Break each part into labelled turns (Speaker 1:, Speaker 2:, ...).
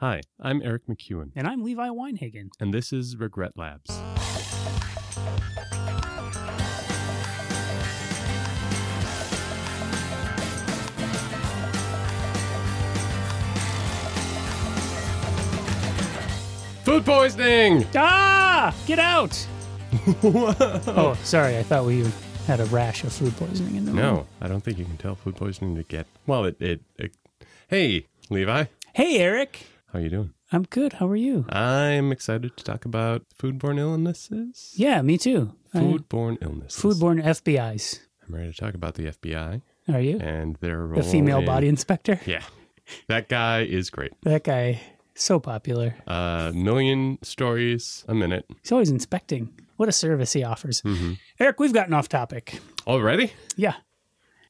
Speaker 1: Hi, I'm Eric McEwen,
Speaker 2: And I'm Levi Weinhagen.
Speaker 1: and this is Regret Labs. Food poisoning!
Speaker 2: Ah! Get out! Oh, sorry. I thought we had a rash of food poisoning in the room.
Speaker 1: no, I don't think you can tell food poisoning to get. Well, it. it, it hey, Levi,
Speaker 2: Hey, Eric.
Speaker 1: how you doing?
Speaker 2: I'm good. How are you?
Speaker 1: I'm excited to talk about foodborne illnesses.
Speaker 2: Yeah, me too. I-
Speaker 1: Foodborne illnesses.
Speaker 2: foodborne FBI's.
Speaker 1: I'm ready to talk about the FBI
Speaker 2: Are you?
Speaker 1: and their role.
Speaker 2: the female
Speaker 1: in-
Speaker 2: body inspector.
Speaker 1: Yeah, that guy is great.
Speaker 2: That guy, so popular.
Speaker 1: A million stories a minute.
Speaker 2: He's always inspecting. What a service he offers. Eric, we've gotten off topic.
Speaker 1: Already?
Speaker 2: Yeah.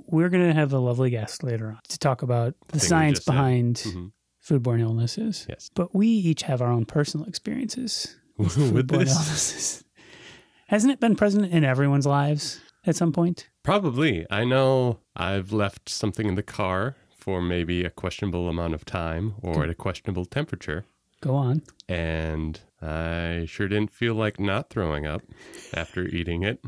Speaker 2: We're going to have a lovely guest later on to talk about the
Speaker 1: thing we
Speaker 2: science
Speaker 1: just said.
Speaker 2: behind
Speaker 1: Mhm.
Speaker 2: foodborne illnesses.
Speaker 1: Yes.
Speaker 2: But we each have our own personal experiences
Speaker 1: With
Speaker 2: foodborne
Speaker 1: this?
Speaker 2: illnesses. Hasn't it been present in everyone's lives at some point?
Speaker 1: Probably. I know I've left something in the car for maybe a questionable amount of time or at a questionable temperature.
Speaker 2: Go on.
Speaker 1: And I sure didn't feel like not throwing up after eating it.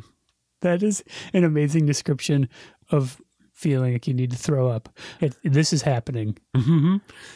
Speaker 2: That is an amazing description of feeling like you need to throw up. It, this is happening.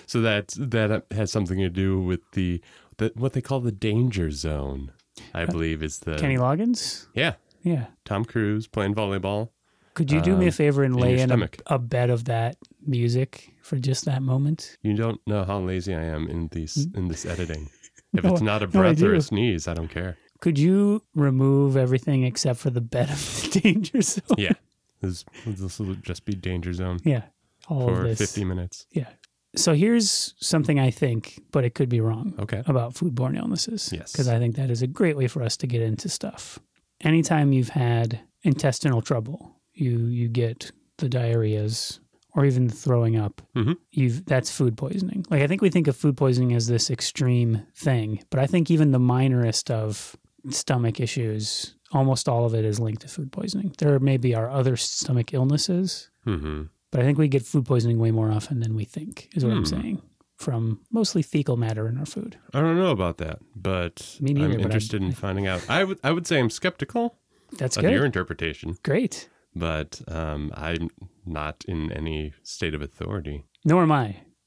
Speaker 1: So that that has something to do with the, the what they call the danger zone. I believe is the
Speaker 2: Uh, Kenny Loggins?
Speaker 1: yeah
Speaker 2: Yeah.
Speaker 1: Tom Cruise playing volleyball.
Speaker 2: Could you do me a
Speaker 1: Um,
Speaker 2: favor and
Speaker 1: in
Speaker 2: lay
Speaker 1: your
Speaker 2: in a,
Speaker 1: stomach.
Speaker 2: a bed of that music for just that moment?
Speaker 1: You don't know how lazy I am in these in this editing. If
Speaker 2: Mm. No,
Speaker 1: it's not a
Speaker 2: no, I
Speaker 1: breath or
Speaker 2: do.
Speaker 1: a sneeze, I don't care.
Speaker 2: Could you remove everything except for the bed of the danger zone?
Speaker 1: Yeah, this this will just be danger zone
Speaker 2: Yeah. All of
Speaker 1: for
Speaker 2: this.
Speaker 1: fifty minutes.
Speaker 2: Yeah. So here's something I think, but it could be wrong
Speaker 1: Okay.
Speaker 2: about foodborne illnesses.
Speaker 1: Yes.
Speaker 2: Because I think that is a great way for us to get into stuff. Anytime you've had intestinal trouble, you you get the diarrheas or even the throwing up.
Speaker 1: Mhm.
Speaker 2: You've that's food poisoning. Like I think we think of food poisoning as this extreme thing, but I think even the minorest of stomach issues, almost all of it is linked to food poisoning. There maybe are other stomach illnesses,
Speaker 1: hmm
Speaker 2: but I think we get food poisoning way more often than we think, is what I'm saying, from mostly fecal matter in our food.
Speaker 1: I don't know about that, but
Speaker 2: Me neither,
Speaker 1: I'm
Speaker 2: but I-
Speaker 1: interested in finding out. I would I would say I'm skeptical
Speaker 2: That's
Speaker 1: of
Speaker 2: good.
Speaker 1: your interpretation,
Speaker 2: Great.
Speaker 1: but um, I'm not in any state of authority.
Speaker 2: Nor am I.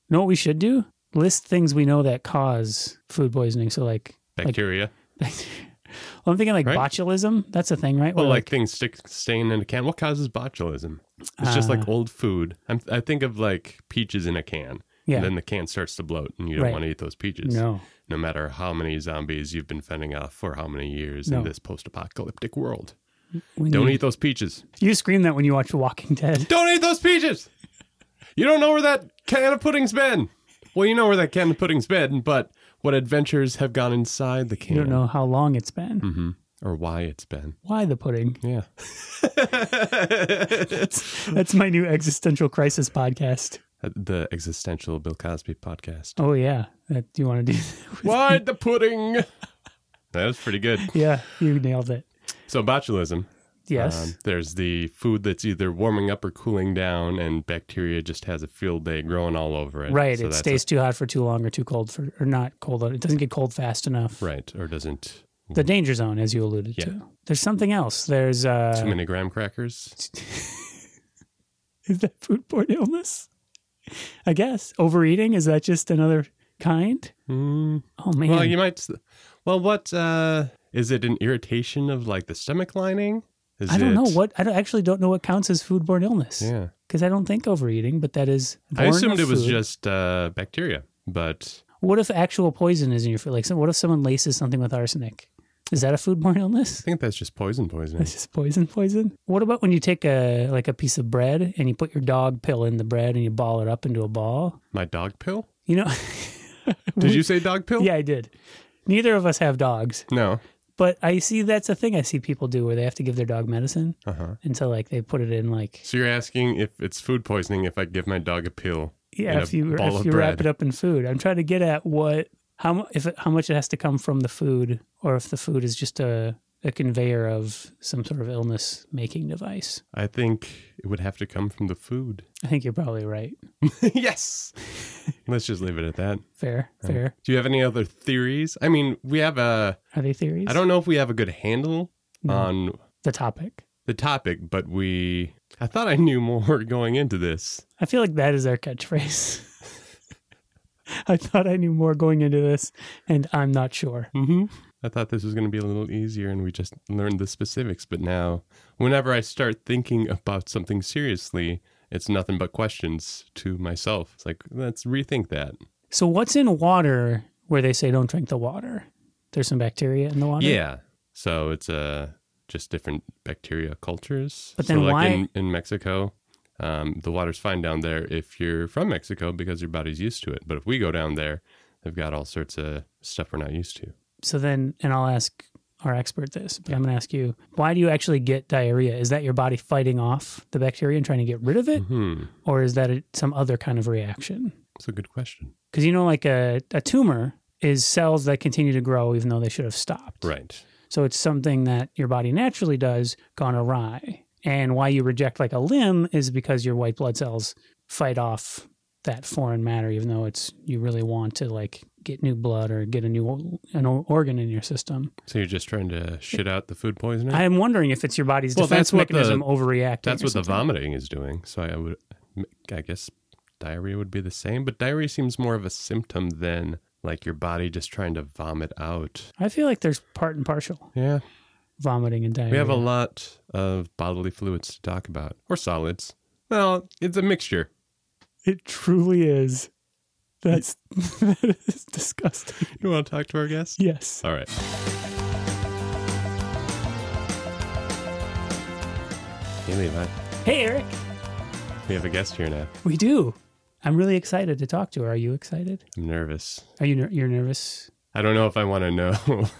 Speaker 2: Know what we should do? List things we know that cause food poisoning. So, like,
Speaker 1: Bacteria,
Speaker 2: well, I'm thinking like
Speaker 1: Right?
Speaker 2: botulism. That's a thing, right?
Speaker 1: well,
Speaker 2: Where,
Speaker 1: like, things stick staying in a can. What causes botulism? It's just
Speaker 2: Uh,
Speaker 1: like old food. I'm, I think of like peaches in a can.
Speaker 2: yeah,
Speaker 1: And then the can starts to bloat, and you don't
Speaker 2: Right.
Speaker 1: want to eat those peaches.
Speaker 2: no,
Speaker 1: no matter how many zombies you've been fending off for how many years
Speaker 2: No. Mm.
Speaker 1: in this post-apocalyptic world.
Speaker 2: When
Speaker 1: Don't
Speaker 2: you,
Speaker 1: eat those peaches.
Speaker 2: You scream that when you watch Walking Dead.
Speaker 1: Don't eat those peaches. You don't know where that can of pudding's been. Well, you know where that can of pudding's been, but what adventures have gone inside the can
Speaker 2: You don't know how long it's been.
Speaker 1: Mm-hmm. or why it's been.
Speaker 2: Why the pudding?
Speaker 1: Yeah.
Speaker 2: That's my new existential crisis podcast.
Speaker 1: Uh, the existential Bill Cosby podcast.
Speaker 2: Oh yeah, that, do you want to do?
Speaker 1: Why the pudding? That was pretty good.
Speaker 2: yeah, you nailed it.
Speaker 1: So botulism.
Speaker 2: Yes.
Speaker 1: Um, there's the food that's either warming up or cooling down, and bacteria just has a field day growing all over it.
Speaker 2: Right.
Speaker 1: Um, So
Speaker 2: it
Speaker 1: that's
Speaker 2: stays too hot for too long or too cold for, or not cold. It doesn't get cold fast enough.
Speaker 1: a- right, or doesn't.
Speaker 2: The danger zone, as you alluded to. There's something else. There's,
Speaker 1: Too
Speaker 2: uh,
Speaker 1: many graham crackers.
Speaker 2: is that foodborne illness? I guess. Overeating, is that just another kind?
Speaker 1: Mm,
Speaker 2: Oh, man.
Speaker 1: well, you might. s- Well, what uh, is it? An irritation of like the stomach lining? Is
Speaker 2: I don't know
Speaker 1: it-
Speaker 2: what, I don't, actually don't know what counts as foodborne illness
Speaker 1: Yeah,
Speaker 2: because I don't think overeating, but that is.
Speaker 1: I
Speaker 2: born
Speaker 1: assumed
Speaker 2: of
Speaker 1: it was
Speaker 2: food.
Speaker 1: just uh, bacteria, but
Speaker 2: What if actual poison is in your food? Like, so what if someone laces something with arsenic? Is that a foodborne illness?
Speaker 1: I think that's just poison poisoning.
Speaker 2: It's just poison, poison. What about when you take a like a piece of bread and you put your dog pill in the bread and you ball it up into a ball?
Speaker 1: My dog pill?
Speaker 2: You know,
Speaker 1: Did you say dog pill?
Speaker 2: yeah, I did. Neither of us have dogs,
Speaker 1: No.
Speaker 2: but I see that's a thing I see people do where they have to give their dog medicine,
Speaker 1: Uh huh.
Speaker 2: and so like they put it in like
Speaker 1: So you're asking if it's food poisoning if I give my dog a pill?
Speaker 2: yeah,
Speaker 1: In a
Speaker 2: if you
Speaker 1: ball
Speaker 2: if
Speaker 1: of
Speaker 2: you wrap
Speaker 1: bread.
Speaker 2: it up in food. I'm trying to get at what how mu- if it, how much it has to come from the food or if the food is just a a conveyor of some sort of illness making device.
Speaker 1: I think it would have to come from the food.
Speaker 2: I think you're probably right.
Speaker 1: yes. Let's just leave it at that.
Speaker 2: Fair, fair.
Speaker 1: Do you have any other theories? I mean, we have a.
Speaker 2: Are they theories?
Speaker 1: I don't know if we have a good handle
Speaker 2: No.
Speaker 1: on
Speaker 2: the topic.
Speaker 1: the topic, but we. I thought I knew more going into this.
Speaker 2: I feel like that is our catchphrase. I thought I knew more going into this, and I'm not sure.
Speaker 1: hmm I thought this was going to be a little easier, and we just learned the specifics. But now, whenever I start thinking about something seriously, it's nothing but questions to myself. It's like, let's rethink that.
Speaker 2: So, what's in water where they say don't drink the water? There's some bacteria in the water?
Speaker 1: Yeah. So it's uh, just different bacteria cultures.
Speaker 2: But
Speaker 1: So,
Speaker 2: then
Speaker 1: like
Speaker 2: why-
Speaker 1: in, in Mexico, um, the water's fine down there if you're from Mexico because your body's used to it. But if we go down there, they've got all sorts of stuff we're not used to.
Speaker 2: So, then, and I'll ask our expert this, but I'm going to ask you why do you actually get diarrhea? Is that your body fighting off the bacteria and trying to get rid of it?
Speaker 1: Hmm.
Speaker 2: Or is that a, some other kind of reaction?
Speaker 1: That's a good question.
Speaker 2: Because, you know, like a, a tumor is cells that continue to grow even though they should have stopped.
Speaker 1: Right.
Speaker 2: So it's something that your body naturally does gone awry. And why you reject like a limb is because your white blood cells fight off that foreign matter, even though it's you really want to like get new blood or get a new o- an o- organ in your system.
Speaker 1: So you're just trying to shit out the food poisoning?
Speaker 2: I am wondering if it's your body's
Speaker 1: Well,
Speaker 2: defense
Speaker 1: that's what the-
Speaker 2: mechanism overreacting.
Speaker 1: That's
Speaker 2: or
Speaker 1: what the
Speaker 2: something.
Speaker 1: vomiting is doing. So I would, I guess, diarrhea would be the same. But diarrhea seems more of a symptom than like your body just trying to vomit out.
Speaker 2: I feel like there's part and partial
Speaker 1: Yeah,
Speaker 2: vomiting and diarrhea.
Speaker 1: we have a lot of bodily fluids to talk about, or solids. Well, it's a mixture.
Speaker 2: It truly is. That's that is disgusting.
Speaker 1: You want to talk to our guest?
Speaker 2: Yes.
Speaker 1: All right. Hey, Levi.
Speaker 2: Hey, Eric.
Speaker 1: We have a guest here now.
Speaker 2: We do. I'm really excited to talk to her. Are you excited?
Speaker 1: I'm nervous.
Speaker 2: Are you ner- you're nervous?
Speaker 1: I don't know if I want to know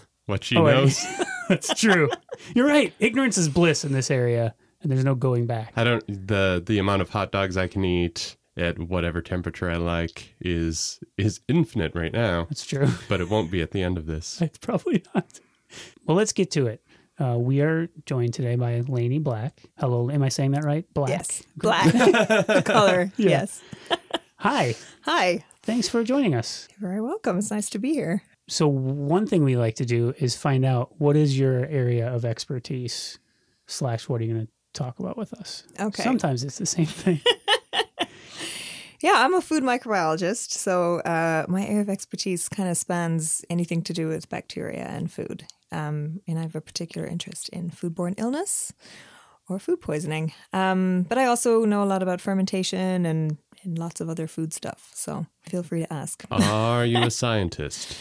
Speaker 1: what she
Speaker 2: Oh, I-
Speaker 1: knows.
Speaker 2: That's true. you're right. Ignorance is bliss in this area, and there's no going back.
Speaker 1: I don't the the amount of hot dogs I can eat at whatever temperature I like is is infinite right now,
Speaker 2: That's true.
Speaker 1: but it won't be at the end of this.
Speaker 2: It's probably not. Well, let's get to it. Uh, we are joined today by Lainey Black. Hello, am I saying that right? Black.
Speaker 3: Yes, black, the color.
Speaker 2: Yeah.
Speaker 3: Yes.
Speaker 2: Hi.
Speaker 3: Hi.
Speaker 2: Thanks for joining us.
Speaker 3: You're very welcome. It's nice to be here.
Speaker 2: So, one thing we like to do is find out what is your area of expertise slash what are you going to talk about with us.
Speaker 3: Okay.
Speaker 2: Sometimes it's the same thing.
Speaker 3: Yeah, I'm a food microbiologist, so uh, my area of expertise kind of spans anything to do with bacteria and food. Um, and I have a particular interest in foodborne illness or food poisoning. Um, but I also know a lot about fermentation and, and lots of other food stuff. So feel free to ask.
Speaker 1: Are you a scientist?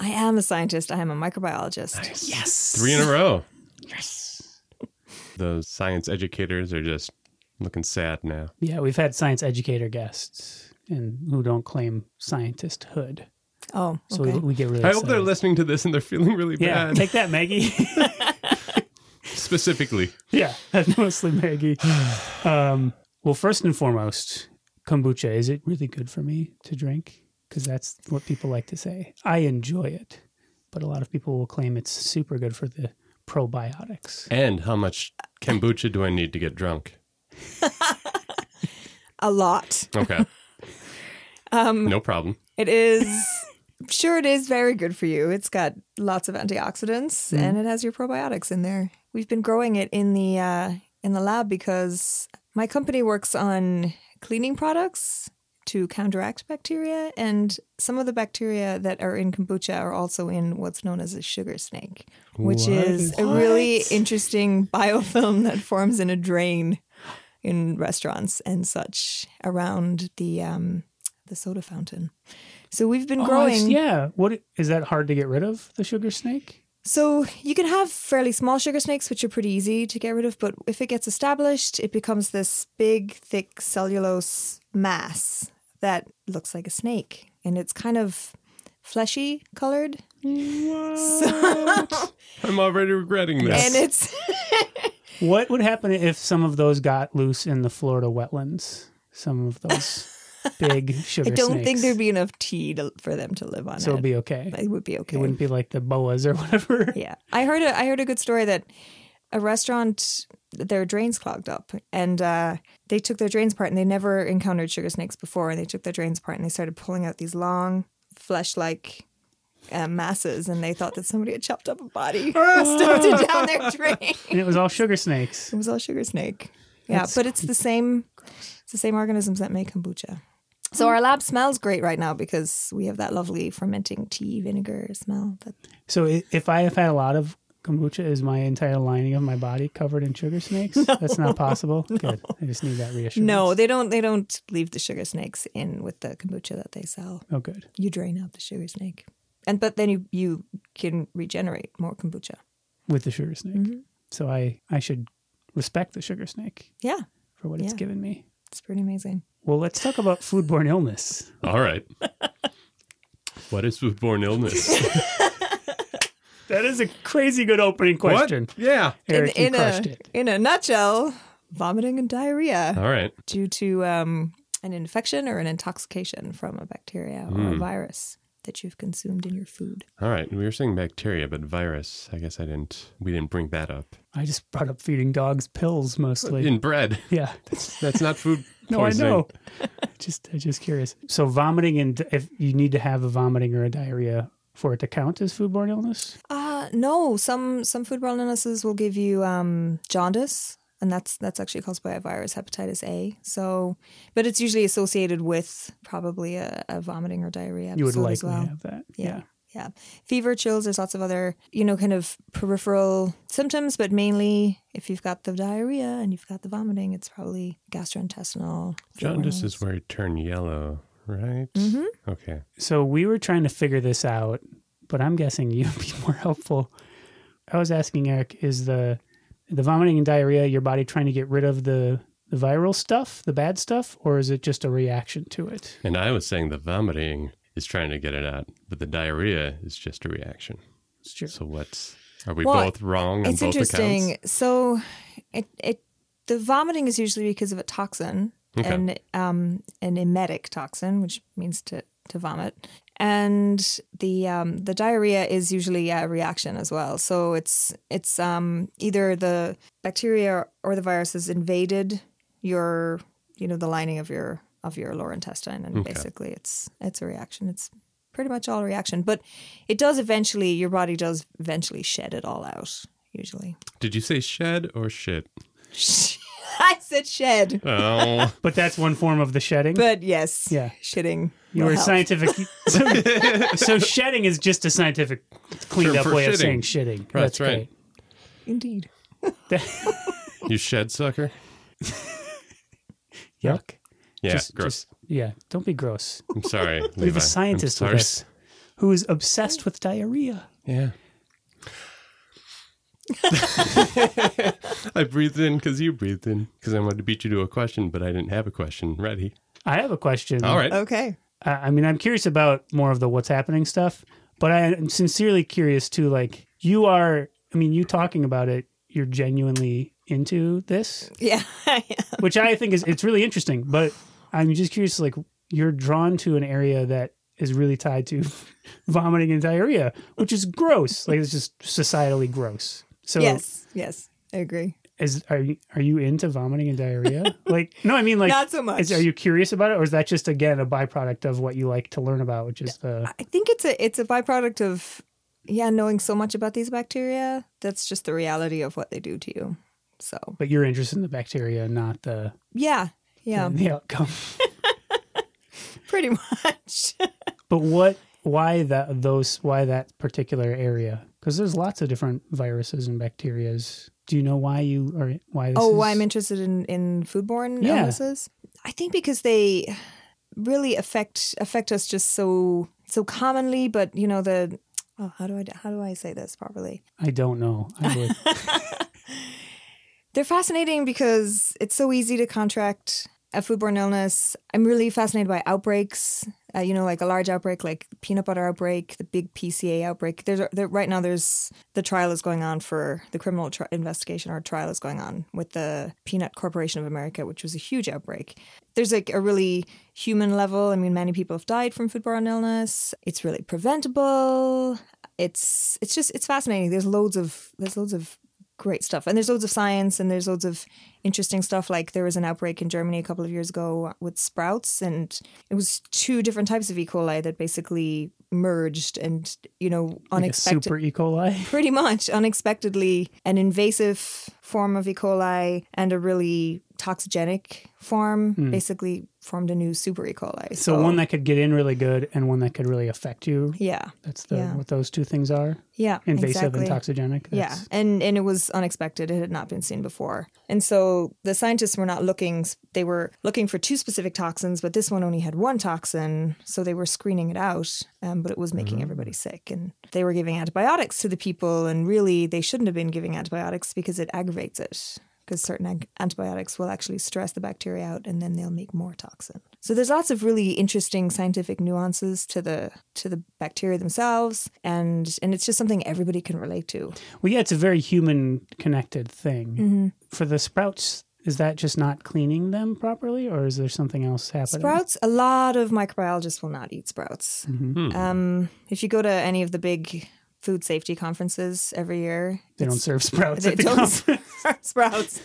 Speaker 3: I am a scientist. I am a microbiologist. Yes.
Speaker 1: Three in a row.
Speaker 2: yes.
Speaker 1: Those science educators are just looking sad now.
Speaker 2: Yeah, we've had science educator guests and who don't claim scientisthood.
Speaker 3: Oh,
Speaker 2: So
Speaker 3: okay.
Speaker 2: we, we get really.
Speaker 1: I hope they're
Speaker 2: excited.
Speaker 1: listening to this and they're feeling really
Speaker 2: Yeah,
Speaker 1: bad.
Speaker 2: take that, Maggie.
Speaker 1: Specifically,
Speaker 2: yeah, that's mostly Maggie. Um, well, first and foremost, kombucha is it really good for me to drink? Because that's what people like to say. I enjoy it, but a lot of people will claim it's super good for the probiotics.
Speaker 1: and how much kombucha do I need to get drunk?
Speaker 3: a lot.
Speaker 1: Okay. um, no problem.
Speaker 3: It is. sure, it is very good for you. It's got lots of antioxidants and it has your probiotics in there. We've been growing it in the uh, in the lab because my company works on cleaning products to counteract bacteria, and some of the bacteria that are in kombucha are also in what's known as a sugar snake, which
Speaker 1: What?
Speaker 3: is a really interesting biofilm that forms in a drain in restaurants and such around the um, the soda fountain. So we've been
Speaker 2: Oh,
Speaker 3: growing.
Speaker 2: it's- yeah. What is that hard to get rid of? The sugar snake.
Speaker 3: So you can have fairly small sugar snakes, which are pretty easy to get rid of. But if it gets established, it becomes this big, thick cellulose mass that looks like a snake, and it's kind of fleshy colored,
Speaker 1: What? I'm already regretting this.
Speaker 3: and it's
Speaker 2: What would happen if some of those got loose in the Florida wetlands? Some of those big sugar
Speaker 3: I don't
Speaker 2: snakes.
Speaker 3: think there'd be enough tea to, for them to live on.
Speaker 2: so it'd
Speaker 3: it.
Speaker 2: be okay.
Speaker 3: it would be okay.
Speaker 2: It wouldn't be like the boas or whatever.
Speaker 3: Yeah, I heard a I heard a good story that a restaurant their drains clogged up and uh, they took their drains apart and they never encountered sugar snakes before and they took their drains apart and they started pulling out these long flesh like. Uh, masses, and they thought that somebody had chopped up a body, and stuffed it down their drain.
Speaker 2: And it was all sugar snakes.
Speaker 3: It was all sugar snake. Yeah,
Speaker 2: That's
Speaker 3: but it's the same. It's the same organisms that make kombucha. So our lab smells great right now because we have that lovely fermenting tea vinegar smell. That
Speaker 2: So i- if I have had a lot of kombucha, is my entire lining of my body covered in sugar snakes? That's not possible. Good. I just need that reassurance.
Speaker 3: no, they don't. They don't leave the sugar snakes in with the kombucha that they sell.
Speaker 2: Oh, good.
Speaker 3: You drain out the sugar snake, and but then you you can regenerate more kombucha.
Speaker 2: With the sugar snake.
Speaker 3: Mm-hmm.
Speaker 2: So I I should respect the sugar snake
Speaker 3: Yeah,
Speaker 2: for what it's
Speaker 3: Yeah.
Speaker 2: given me.
Speaker 3: it's pretty amazing.
Speaker 2: Well, let's talk about foodborne illness.
Speaker 1: All right. What is foodborne illness?
Speaker 2: That is a crazy good opening question.
Speaker 1: What? Yeah.
Speaker 2: Eric, you
Speaker 3: in, in a
Speaker 2: crushed it.
Speaker 3: in a nutshell, vomiting and diarrhea.
Speaker 1: All right.
Speaker 3: due to um, an infection or an intoxication from a bacteria or
Speaker 2: Hmm.
Speaker 3: a virus that you've consumed in your food.
Speaker 1: All right. We were saying bacteria, but virus. I guess I didn't. We didn't bring that up.
Speaker 2: I just brought up feeding dogs pills mostly.
Speaker 1: In bread.
Speaker 2: yeah.
Speaker 1: That's not food.
Speaker 2: No, I
Speaker 1: poisoning.
Speaker 2: know. just I'm just curious. So vomiting and if you need to have a vomiting or a diarrhea for it to count as foodborne illness?
Speaker 3: Uh, no, some some foodborne illnesses will give you um, jaundice, and that's that's actually caused by a virus, hepatitis A. So, but it's usually associated with probably a, a vomiting or diarrhea.
Speaker 2: You would
Speaker 3: episode
Speaker 2: likely
Speaker 3: as well.
Speaker 2: have that.
Speaker 3: Yeah. Yeah. Fever, chills, there's lots of other, you know, kind of peripheral symptoms, but mainly if you've got the diarrhea and you've got the vomiting, it's probably gastrointestinal.
Speaker 1: Jaundice is where it turned yellow, right? Mm-hmm. Okay.
Speaker 2: So we were trying to figure this out, but I'm guessing you'd be more helpful. I was asking Eric, is the the vomiting and diarrhea your body trying to get rid of the the viral stuff, the bad stuff, or is it just a reaction to it?
Speaker 1: And I was saying the vomiting is trying to get it out, but the diarrhea is just a reaction.
Speaker 2: It's true.
Speaker 1: So what's are we
Speaker 3: Well,
Speaker 1: both wrong on
Speaker 3: It's
Speaker 1: both
Speaker 3: interesting.
Speaker 1: accounts?
Speaker 3: So it, it, the vomiting is usually because of a toxin
Speaker 1: Okay.
Speaker 3: and um, an emetic toxin, which means to, to vomit. And the um, the diarrhea is usually a reaction as well. So it's it's um, either the bacteria or the virus has invaded your you know the lining of your of your lower intestine, and
Speaker 1: Okay.
Speaker 3: basically it's it's a reaction. It's pretty much all reaction, but it does eventually. Your body does eventually shed it all out. Usually,
Speaker 1: Did you say shed or shit?
Speaker 3: I said shed,
Speaker 1: Oh,
Speaker 2: But that's one form of the shedding.
Speaker 3: but yes,
Speaker 2: Yeah.
Speaker 3: shitting.
Speaker 2: you
Speaker 3: will
Speaker 2: were
Speaker 3: help.
Speaker 2: scientific. So, so shedding is just a scientific cleaned
Speaker 1: Term
Speaker 2: up
Speaker 1: for
Speaker 2: way of saying shitting.
Speaker 1: That's
Speaker 2: great.
Speaker 1: right.
Speaker 3: indeed.
Speaker 2: That-
Speaker 1: you shed sucker.
Speaker 2: yuck.
Speaker 1: Yeah,
Speaker 2: Just-
Speaker 1: gross.
Speaker 2: just- yeah. Don't be gross.
Speaker 1: I'm sorry.
Speaker 2: We have a scientist with us who is obsessed with diarrhea.
Speaker 1: Yeah. I breathed in because you breathed in because I wanted to beat you to a question, but I didn't have a question ready.
Speaker 2: I have a question.
Speaker 1: All right.
Speaker 3: Okay.
Speaker 2: I, I mean, I'm curious about more of the what's happening stuff, but I am sincerely curious too. Like, you are, I mean, you talking about it, you're genuinely into this,
Speaker 3: Yeah.
Speaker 2: which I think is, it's really interesting, but I'm just curious, like, you're drawn to an area that is really tied to vomiting and diarrhea, which is gross. Like, it's just societally gross. So,
Speaker 3: yes. Yes. I agree.
Speaker 2: is are you, are you into vomiting and diarrhea? like, no, I mean, like,
Speaker 3: Not so much.
Speaker 2: Is, are you curious about it, or is that just again a byproduct of what you like to learn about, which is the
Speaker 3: I think it's a it's a byproduct of yeah knowing so much about these bacteria. That's just the reality of what they do to you. So
Speaker 2: but you're interested in the bacteria, not the
Speaker 3: yeah, yeah,
Speaker 2: the outcome.
Speaker 3: pretty much.
Speaker 2: but what? Why that those? Why that particular area? Because there's lots of different viruses and bacteria's. Do you know why you are why this?
Speaker 3: oh,
Speaker 2: is?
Speaker 3: why I'm interested in in foodborne
Speaker 2: Yeah.
Speaker 3: illnesses. I think because they really affect affect us just so so commonly. But you know the oh, how do I how do I say this properly?
Speaker 2: I don't know. I would,
Speaker 3: They're fascinating because it's so easy to contract a foodborne illness. I'm really fascinated by outbreaks. Uh, you know, like a large outbreak, like peanut butter outbreak, the big PCA outbreak. There's there, right now. There's the trial is going on for the criminal tri- investigation or trial is going on with the Peanut Corporation of America, which was a huge outbreak. There's like a really human level. I mean, many people have died from foodborne illness. It's really preventable. It's it's just it's fascinating. There's loads of there's loads of great stuff. And there's loads of science and there's loads of interesting stuff. Like there was an outbreak in Germany a couple of years ago with sprouts, and it was two different types of E. coli that basically merged and, you know,
Speaker 2: Like a
Speaker 3: unexpected.
Speaker 2: super E. coli.
Speaker 3: Pretty much unexpectedly, an invasive form of E. coli and a really toxigenic form basically formed a new super E. coli.
Speaker 2: Hmm. So one that could get in really good and one that could really affect you.
Speaker 3: yeah,
Speaker 2: That's the
Speaker 3: Yeah.
Speaker 2: what those two things are:
Speaker 3: yeah,
Speaker 2: invasive
Speaker 3: exactly.
Speaker 2: and toxigenic.
Speaker 3: Yeah,
Speaker 2: That's-
Speaker 3: and and it was unexpected; it had not been seen before. And so the scientists were not looking; they were looking for two specific toxins, but this one only had one toxin, so they were screening it out. Um, but it was making everybody sick, and they were giving antibiotics to the people, and really they shouldn't have been giving antibiotics because it aggravates it. Because certain ag- antibiotics will actually stress the bacteria out, and then they'll make more toxin. So there's lots of really interesting scientific nuances to the to the bacteria themselves, and and it's just something everybody can relate to.
Speaker 2: Well, yeah, it's a very human connected thing.
Speaker 3: Mm-hmm.
Speaker 2: For the sprouts, is that just not cleaning them properly, or is there something else happening?
Speaker 3: Sprouts, a lot of microbiologists will not eat sprouts.
Speaker 2: Mm-hmm.
Speaker 3: Um, if you go to any of the big food safety conferences every year,
Speaker 2: They don't serve sprouts.
Speaker 3: they
Speaker 2: at the
Speaker 3: don't
Speaker 2: conference.
Speaker 3: serve sprouts.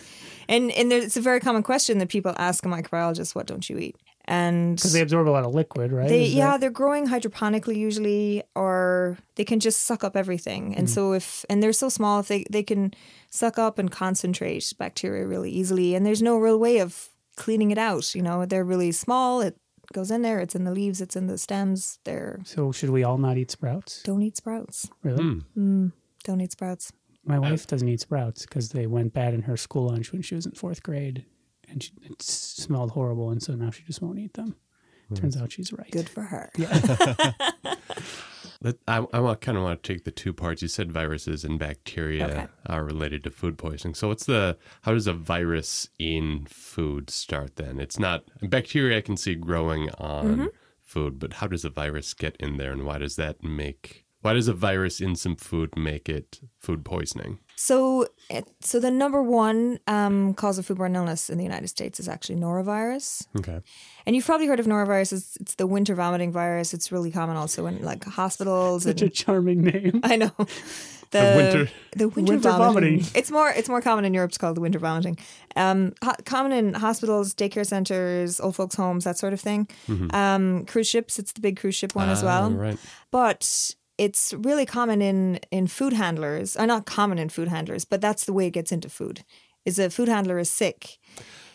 Speaker 3: And and there- it's a very common question that people ask a microbiologist, "What don't you eat?" And
Speaker 2: Because they absorb a lot of liquid, right?
Speaker 3: they
Speaker 2: Is that-
Speaker 3: yeah, they're growing hydroponically usually, or they can just suck up everything. And
Speaker 2: Mm.
Speaker 3: so if and they're so small, if they they can suck up and concentrate bacteria really easily. And there's no real way of cleaning it out. You know, they're really small. It goes in there. It's in the leaves. It's in the stems. They're
Speaker 2: So should we all not eat sprouts?
Speaker 3: don't eat sprouts.
Speaker 2: Really?
Speaker 1: Hmm.
Speaker 3: Don't eat sprouts.
Speaker 2: My wife doesn't eat sprouts because they went bad in her school lunch when she was in fourth grade, and she, it s- smelled horrible, and so now she just won't eat them.
Speaker 1: Hmm.
Speaker 2: Turns out she's right.
Speaker 3: Good for her.
Speaker 1: Let, I, I kind of want to take the two parts. You said viruses and bacteria
Speaker 3: Okay.
Speaker 1: are related to food poisoning. So what's the how does a virus in food start? Then it's not bacteria I can see growing on
Speaker 3: Mm-hmm.
Speaker 1: food, but how does a virus get in there, and why does that make why does a virus in some food make it food poisoning?
Speaker 3: So, it, so the number one um, cause of foodborne illness in the United States is actually norovirus.
Speaker 1: Okay,
Speaker 3: And you've probably heard of norovirus. It's, it's the winter vomiting virus. It's really common also in like hospitals.
Speaker 2: Such a
Speaker 3: And,
Speaker 2: charming name.
Speaker 3: I know. The,
Speaker 1: winter-
Speaker 3: the winter,
Speaker 2: Winter
Speaker 3: vomiting.
Speaker 2: vomiting.
Speaker 3: It's more it's more common in Europe. It's called the winter vomiting. Um, ho- common in hospitals, daycare centers, old folks homes, that sort of thing. Um, cruise ships. It's the big cruise ship one as well
Speaker 1: Ah, right?
Speaker 3: but it's really common in in food handlers are not common in food handlers but that's the way it gets into food is a food handler is sick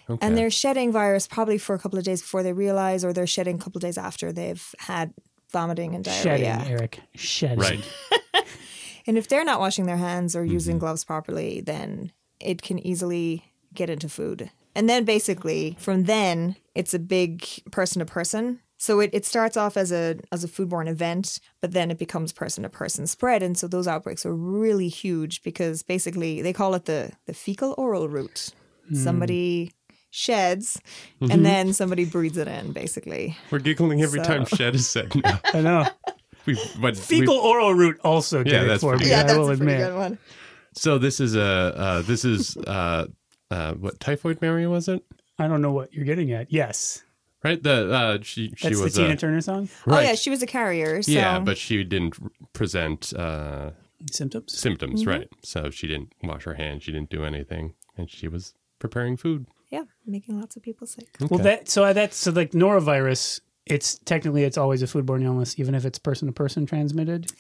Speaker 1: Okay.
Speaker 3: and they're shedding virus probably for a couple of days before they realize or they're shedding a couple of days after they've had vomiting and
Speaker 2: Shedding,
Speaker 3: diarrhea
Speaker 2: Eric. Shedding.
Speaker 1: right.
Speaker 3: and if they're not washing their hands or using gloves properly then it can easily get into food and then basically from then it's a big person to person so it, it starts off as a as a foodborne event but then it becomes person to person spread and so those outbreaks are really huge because basically they call it the the fecal oral route somebody sheds and then somebody breathes it in basically
Speaker 1: We're giggling every
Speaker 3: So-
Speaker 1: time Shed is said. now.
Speaker 2: I know.
Speaker 1: We've, but we've-
Speaker 2: Fecal oral route also did
Speaker 1: Yeah,
Speaker 2: it
Speaker 1: that's
Speaker 2: for
Speaker 1: pretty
Speaker 2: me.
Speaker 1: good.
Speaker 3: yeah
Speaker 2: I
Speaker 3: that's
Speaker 2: will
Speaker 3: a pretty
Speaker 2: admit.
Speaker 3: good one
Speaker 1: so this is a uh, this is uh, uh, what typhoid Mary was it?
Speaker 2: I don't know what you're getting at. Yes,
Speaker 1: Right. The uh, she she
Speaker 2: that's the
Speaker 1: was
Speaker 2: Tina
Speaker 1: uh,
Speaker 2: Turner song.
Speaker 1: right.
Speaker 3: oh yeah she was a carrier so
Speaker 1: yeah, but she didn't present uh,
Speaker 2: Symptoms.
Speaker 1: symptoms,
Speaker 3: Mm-hmm.
Speaker 1: right? So she didn't wash her hands, she didn't do anything, and she was preparing food.
Speaker 3: yeah making lots of people sick
Speaker 2: Well, that so that's so like norovirus. It's technically it's always a foodborne illness, even if it's person to person transmitted.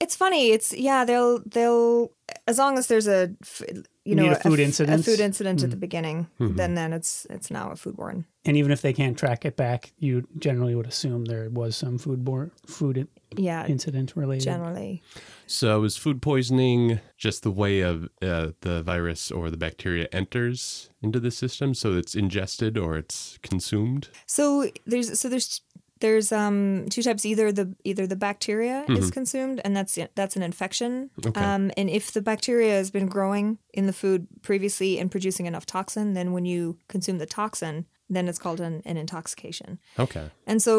Speaker 3: It's funny. It's yeah. They'll they'll as long as there's a f- you know
Speaker 2: Need a
Speaker 3: f-
Speaker 2: food
Speaker 3: a
Speaker 2: incident? Hmm.
Speaker 3: food incident at the beginning, then then it's it's now a foodborne.
Speaker 2: And even if they can't track it back, you generally would assume there was some foodborne food in-
Speaker 3: Yeah,
Speaker 2: incident related.
Speaker 3: generally.
Speaker 1: So is food poisoning just the way of uh, the virus or the bacteria enters into the system? So it's ingested or it's consumed.
Speaker 3: So there's so there's there's um two types. Either the either the bacteria is consumed, and that's that's an infection.
Speaker 1: Okay.
Speaker 3: Um, and if the bacteria has been growing in the food previously and producing enough toxin, then when you consume the toxin, then it's called an, an intoxication.
Speaker 1: Okay.
Speaker 3: And so,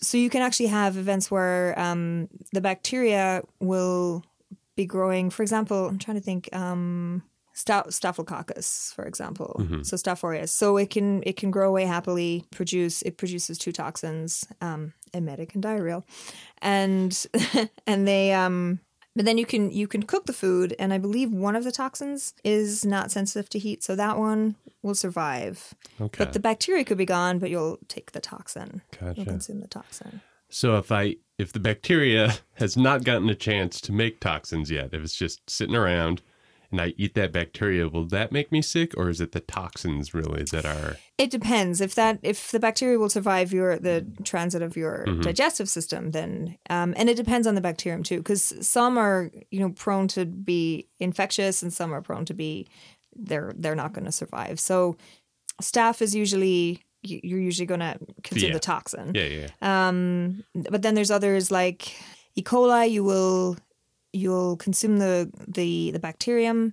Speaker 3: so you can actually have events where um, the bacteria will be growing. For example, I'm trying to think. Um, Sta- Staphylococcus, for example, so Staph aureus. So it can it can grow away happily. Produce it produces two toxins, um, emetic and diarrheal, and and they um. But then you can you can cook the food, and I believe one of the toxins is not sensitive to heat, so that one will survive.
Speaker 1: Okay.
Speaker 3: But the bacteria could be gone, but you'll take the toxin. You'll
Speaker 1: Gotcha.
Speaker 3: consume the toxin.
Speaker 1: So if I if the bacteria has not gotten a chance to make toxins yet, if it's just sitting around and I eat that bacteria, will that make me sick or is it the toxins really that are
Speaker 3: It depends. If that if the bacteria will survive your the transit of your
Speaker 1: Mm-hmm.
Speaker 3: digestive system, then um, and it depends on the bacterium too, because some are you know prone to be infectious, and some are prone to be they're they're not going to survive. So, staph is usually you- you're usually going to consume
Speaker 1: Yeah.
Speaker 3: the toxin.
Speaker 1: Yeah, yeah.
Speaker 3: Um, but then there's others like E. coli. You will you'll consume the the the bacterium,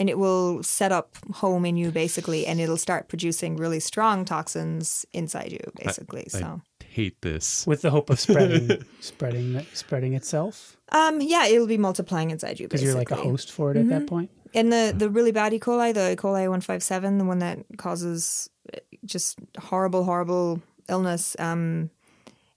Speaker 3: and it will set up home in you basically, and it'll start producing really strong toxins inside you basically. so.
Speaker 1: I hate this.
Speaker 2: with the hope of spreading, spreading, spreading itself
Speaker 3: um, yeah, it'll be multiplying inside you
Speaker 2: because
Speaker 3: basically.
Speaker 2: you're like a host for it at that point.
Speaker 3: And the, the really bad E. coli, the E. coli 157, the one that causes uh, just horrible, horrible illness, um,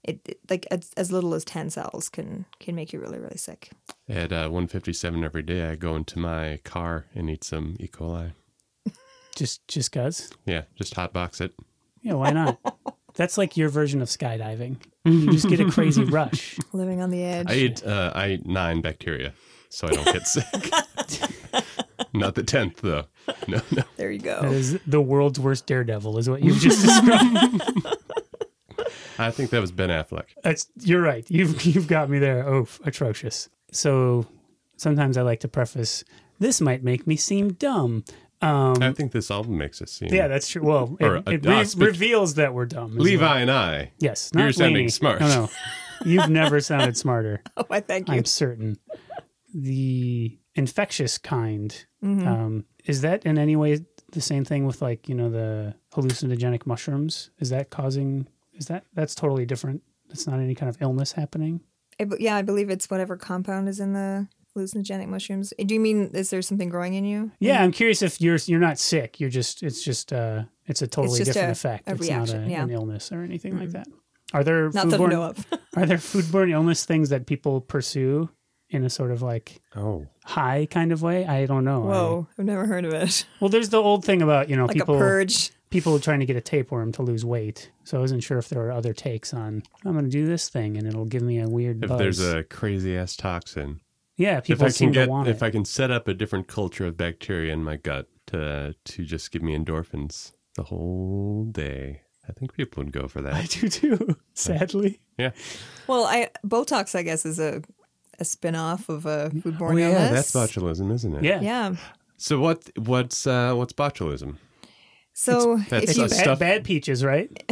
Speaker 3: it, it- like as, as little as 10 cells can, can make you really, really sick.
Speaker 1: At uh, 157 every day, I go into my car and eat some E. coli.
Speaker 2: Just, just cause.
Speaker 1: Yeah, just hot box it.
Speaker 2: Yeah, why not? That's like your version of skydiving. You just get a crazy rush.
Speaker 3: Living on the edge.
Speaker 1: I eat uh, I eat nine bacteria, so I don't get sick. Not the tenth though. No, no.
Speaker 3: There you
Speaker 2: That
Speaker 3: go.
Speaker 2: is the world's worst daredevil, is what you've just described.
Speaker 1: I think that was Ben Affleck.
Speaker 2: That's, you're right. You've you've got me there. Oh, atrocious. So sometimes I like to preface this might make me seem dumb. Um,
Speaker 1: I think this album makes us seem.
Speaker 2: yeah, that's true. Well,
Speaker 1: Or
Speaker 2: it,
Speaker 1: a-
Speaker 2: it re-
Speaker 1: us, but-
Speaker 2: reveals that we're dumb. is what-
Speaker 1: Levi and I.
Speaker 2: Yes,
Speaker 1: You're
Speaker 2: not
Speaker 1: sounding
Speaker 2: Lainey.
Speaker 1: smart.
Speaker 2: No, no, you've never sounded smarter.
Speaker 3: Oh, I thank you.
Speaker 2: I'm certain. The infectious kind um, is that in any way the same thing with like you know the hallucinogenic mushrooms? Is that causing? Is that that's totally different? It's not any kind of illness happening.
Speaker 3: I be- yeah, I believe it's whatever compound is in the hallucinogenic mushrooms. Do you mean is there something growing in you?
Speaker 2: Yeah, I'm curious if you're you're not sick. You're just it's just uh it's a totally
Speaker 3: just
Speaker 2: different
Speaker 3: a-
Speaker 2: effect.
Speaker 3: a
Speaker 2: it's not
Speaker 3: reaction,
Speaker 2: a,
Speaker 3: yeah.
Speaker 2: an illness or anything like that. Are there
Speaker 3: Not that I
Speaker 2: foodborne-
Speaker 3: know of.
Speaker 2: are there foodborne illness things that people pursue in a sort of like
Speaker 1: Oh,
Speaker 2: high kind of way? I don't know. I-
Speaker 3: Whoa, I've never heard of it.
Speaker 2: well, there's the old thing about you know
Speaker 3: Like
Speaker 2: people
Speaker 3: a purge.
Speaker 2: people trying to get a tapeworm to lose weight. So I wasn't sure if there were other takes on I'm going to do this thing and it'll give me a weird
Speaker 1: if
Speaker 2: buzz.
Speaker 1: there's a crazy ass toxin,
Speaker 2: yeah,
Speaker 1: if
Speaker 2: people
Speaker 1: I can
Speaker 2: seem
Speaker 1: get,
Speaker 2: to want
Speaker 1: if
Speaker 2: it.
Speaker 1: I can set up a different culture of bacteria in my gut to to just give me endorphins the whole day, I think people would go for
Speaker 2: I
Speaker 1: that.
Speaker 2: do too. Sadly.
Speaker 1: Yeah.
Speaker 3: Well, I Botox, I guess, is a a spin off of a foodborne
Speaker 1: Oh yeah,
Speaker 3: illness.
Speaker 1: that's botulism, isn't it?
Speaker 2: Yeah.
Speaker 3: Yeah.
Speaker 1: So what what's uh, what's botulism?
Speaker 3: So
Speaker 1: that's
Speaker 3: if
Speaker 2: It's
Speaker 3: you,
Speaker 1: Uh,
Speaker 2: bad,
Speaker 1: stuff-
Speaker 2: bad peaches, right?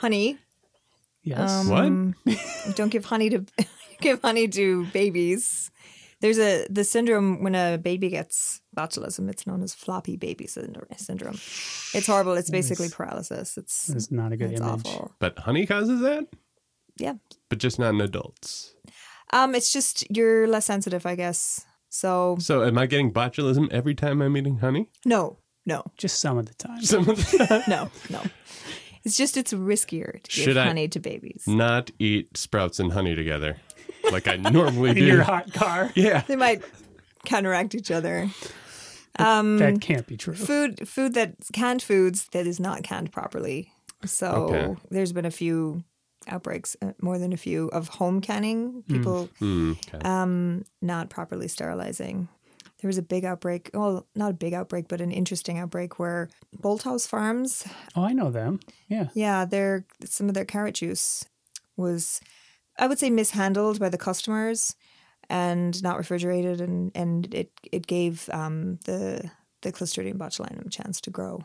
Speaker 3: honey,
Speaker 2: yes.
Speaker 3: um, don't give honey to give honey to babies. There's a the syndrome when a baby gets botulism. It's known as floppy baby syndrome. syndrome. It's horrible. It's basically paralysis. It's
Speaker 2: That's not a good
Speaker 3: it's
Speaker 2: image.
Speaker 3: awful.
Speaker 1: But honey causes that,
Speaker 3: Yeah.
Speaker 1: but just not in adults.
Speaker 3: Um. It's just you're less sensitive, I guess. So
Speaker 1: So am I getting botulism every time I'm eating honey?
Speaker 3: no, no,
Speaker 2: Just some of the time.
Speaker 1: Some of the-
Speaker 3: no, no. It's just it's riskier to give
Speaker 1: Should I-
Speaker 3: honey to babies.
Speaker 1: not eat sprouts and honey together, like I normally
Speaker 2: In your
Speaker 1: do.
Speaker 2: hot car.
Speaker 1: Yeah.
Speaker 3: They might counteract each other. Mm.
Speaker 2: that can't be true.
Speaker 3: food food that canned foods that is not canned properly. So
Speaker 1: Okay.
Speaker 3: there's been a few outbreaks, uh, more than a few, of home canning. People
Speaker 1: Hmm, okay.
Speaker 3: um, not properly sterilizing. There was a big outbreak. Well, not a big outbreak, but an interesting outbreak where Bolthouse Farms
Speaker 2: Oh, I know them. Yeah.
Speaker 3: yeah, their some of their carrot juice was, I would say, mishandled by the customers, and not refrigerated, and and it it gave um, the the Clostridium botulinum a chance to grow.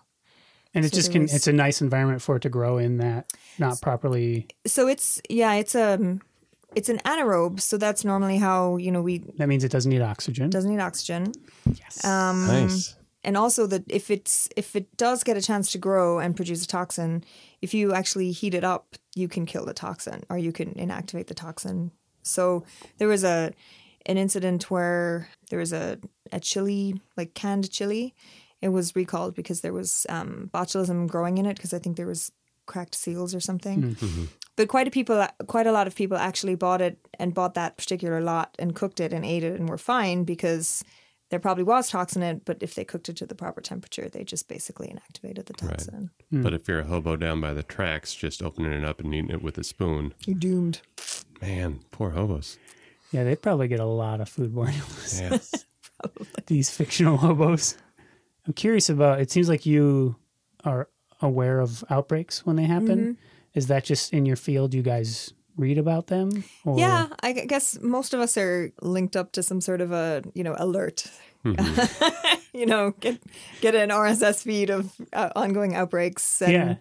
Speaker 2: And it
Speaker 3: So
Speaker 2: just
Speaker 3: there
Speaker 2: can,
Speaker 3: was-
Speaker 2: it's a nice environment for it to grow in that not properly.
Speaker 3: So it's yeah, it's um, it's an anaerobe, so that's normally how you know we
Speaker 2: That means it doesn't need oxygen.
Speaker 3: doesn't need oxygen.
Speaker 2: Yes.
Speaker 3: Um,
Speaker 1: nice.
Speaker 3: and also that if it's if it does get a chance to grow and produce a toxin, if you actually heat it up, you can kill the toxin or you can inactivate the toxin. So there was a an incident where there was a a chili like canned chili, it was recalled because there was um, botulism growing in it because I think there was cracked seals or something. But quite a people, quite a lot of people actually bought it and bought that particular lot and cooked it and ate it and were fine because there probably was toxin in it. But if they cooked it to the proper temperature, they just basically inactivated the toxin.
Speaker 1: But if you're a hobo down by the tracks, just opening it up and eating it with a spoon,
Speaker 3: You're doomed.
Speaker 1: man, poor hobos.
Speaker 2: Yeah, they probably get a lot of foodborne illness.
Speaker 1: Yeah.
Speaker 2: These fictional hobos. I'm curious about. It seems like you are aware of outbreaks when they happen.
Speaker 3: Mm-hmm.
Speaker 2: Is that just in your field? You guys read about them? Or,
Speaker 3: Yeah, I gu- guess most of us are linked up to some sort of a you know alert.
Speaker 2: Mm-hmm.
Speaker 3: you know, get get an RSS feed of uh, ongoing outbreaks. And,
Speaker 2: Yeah.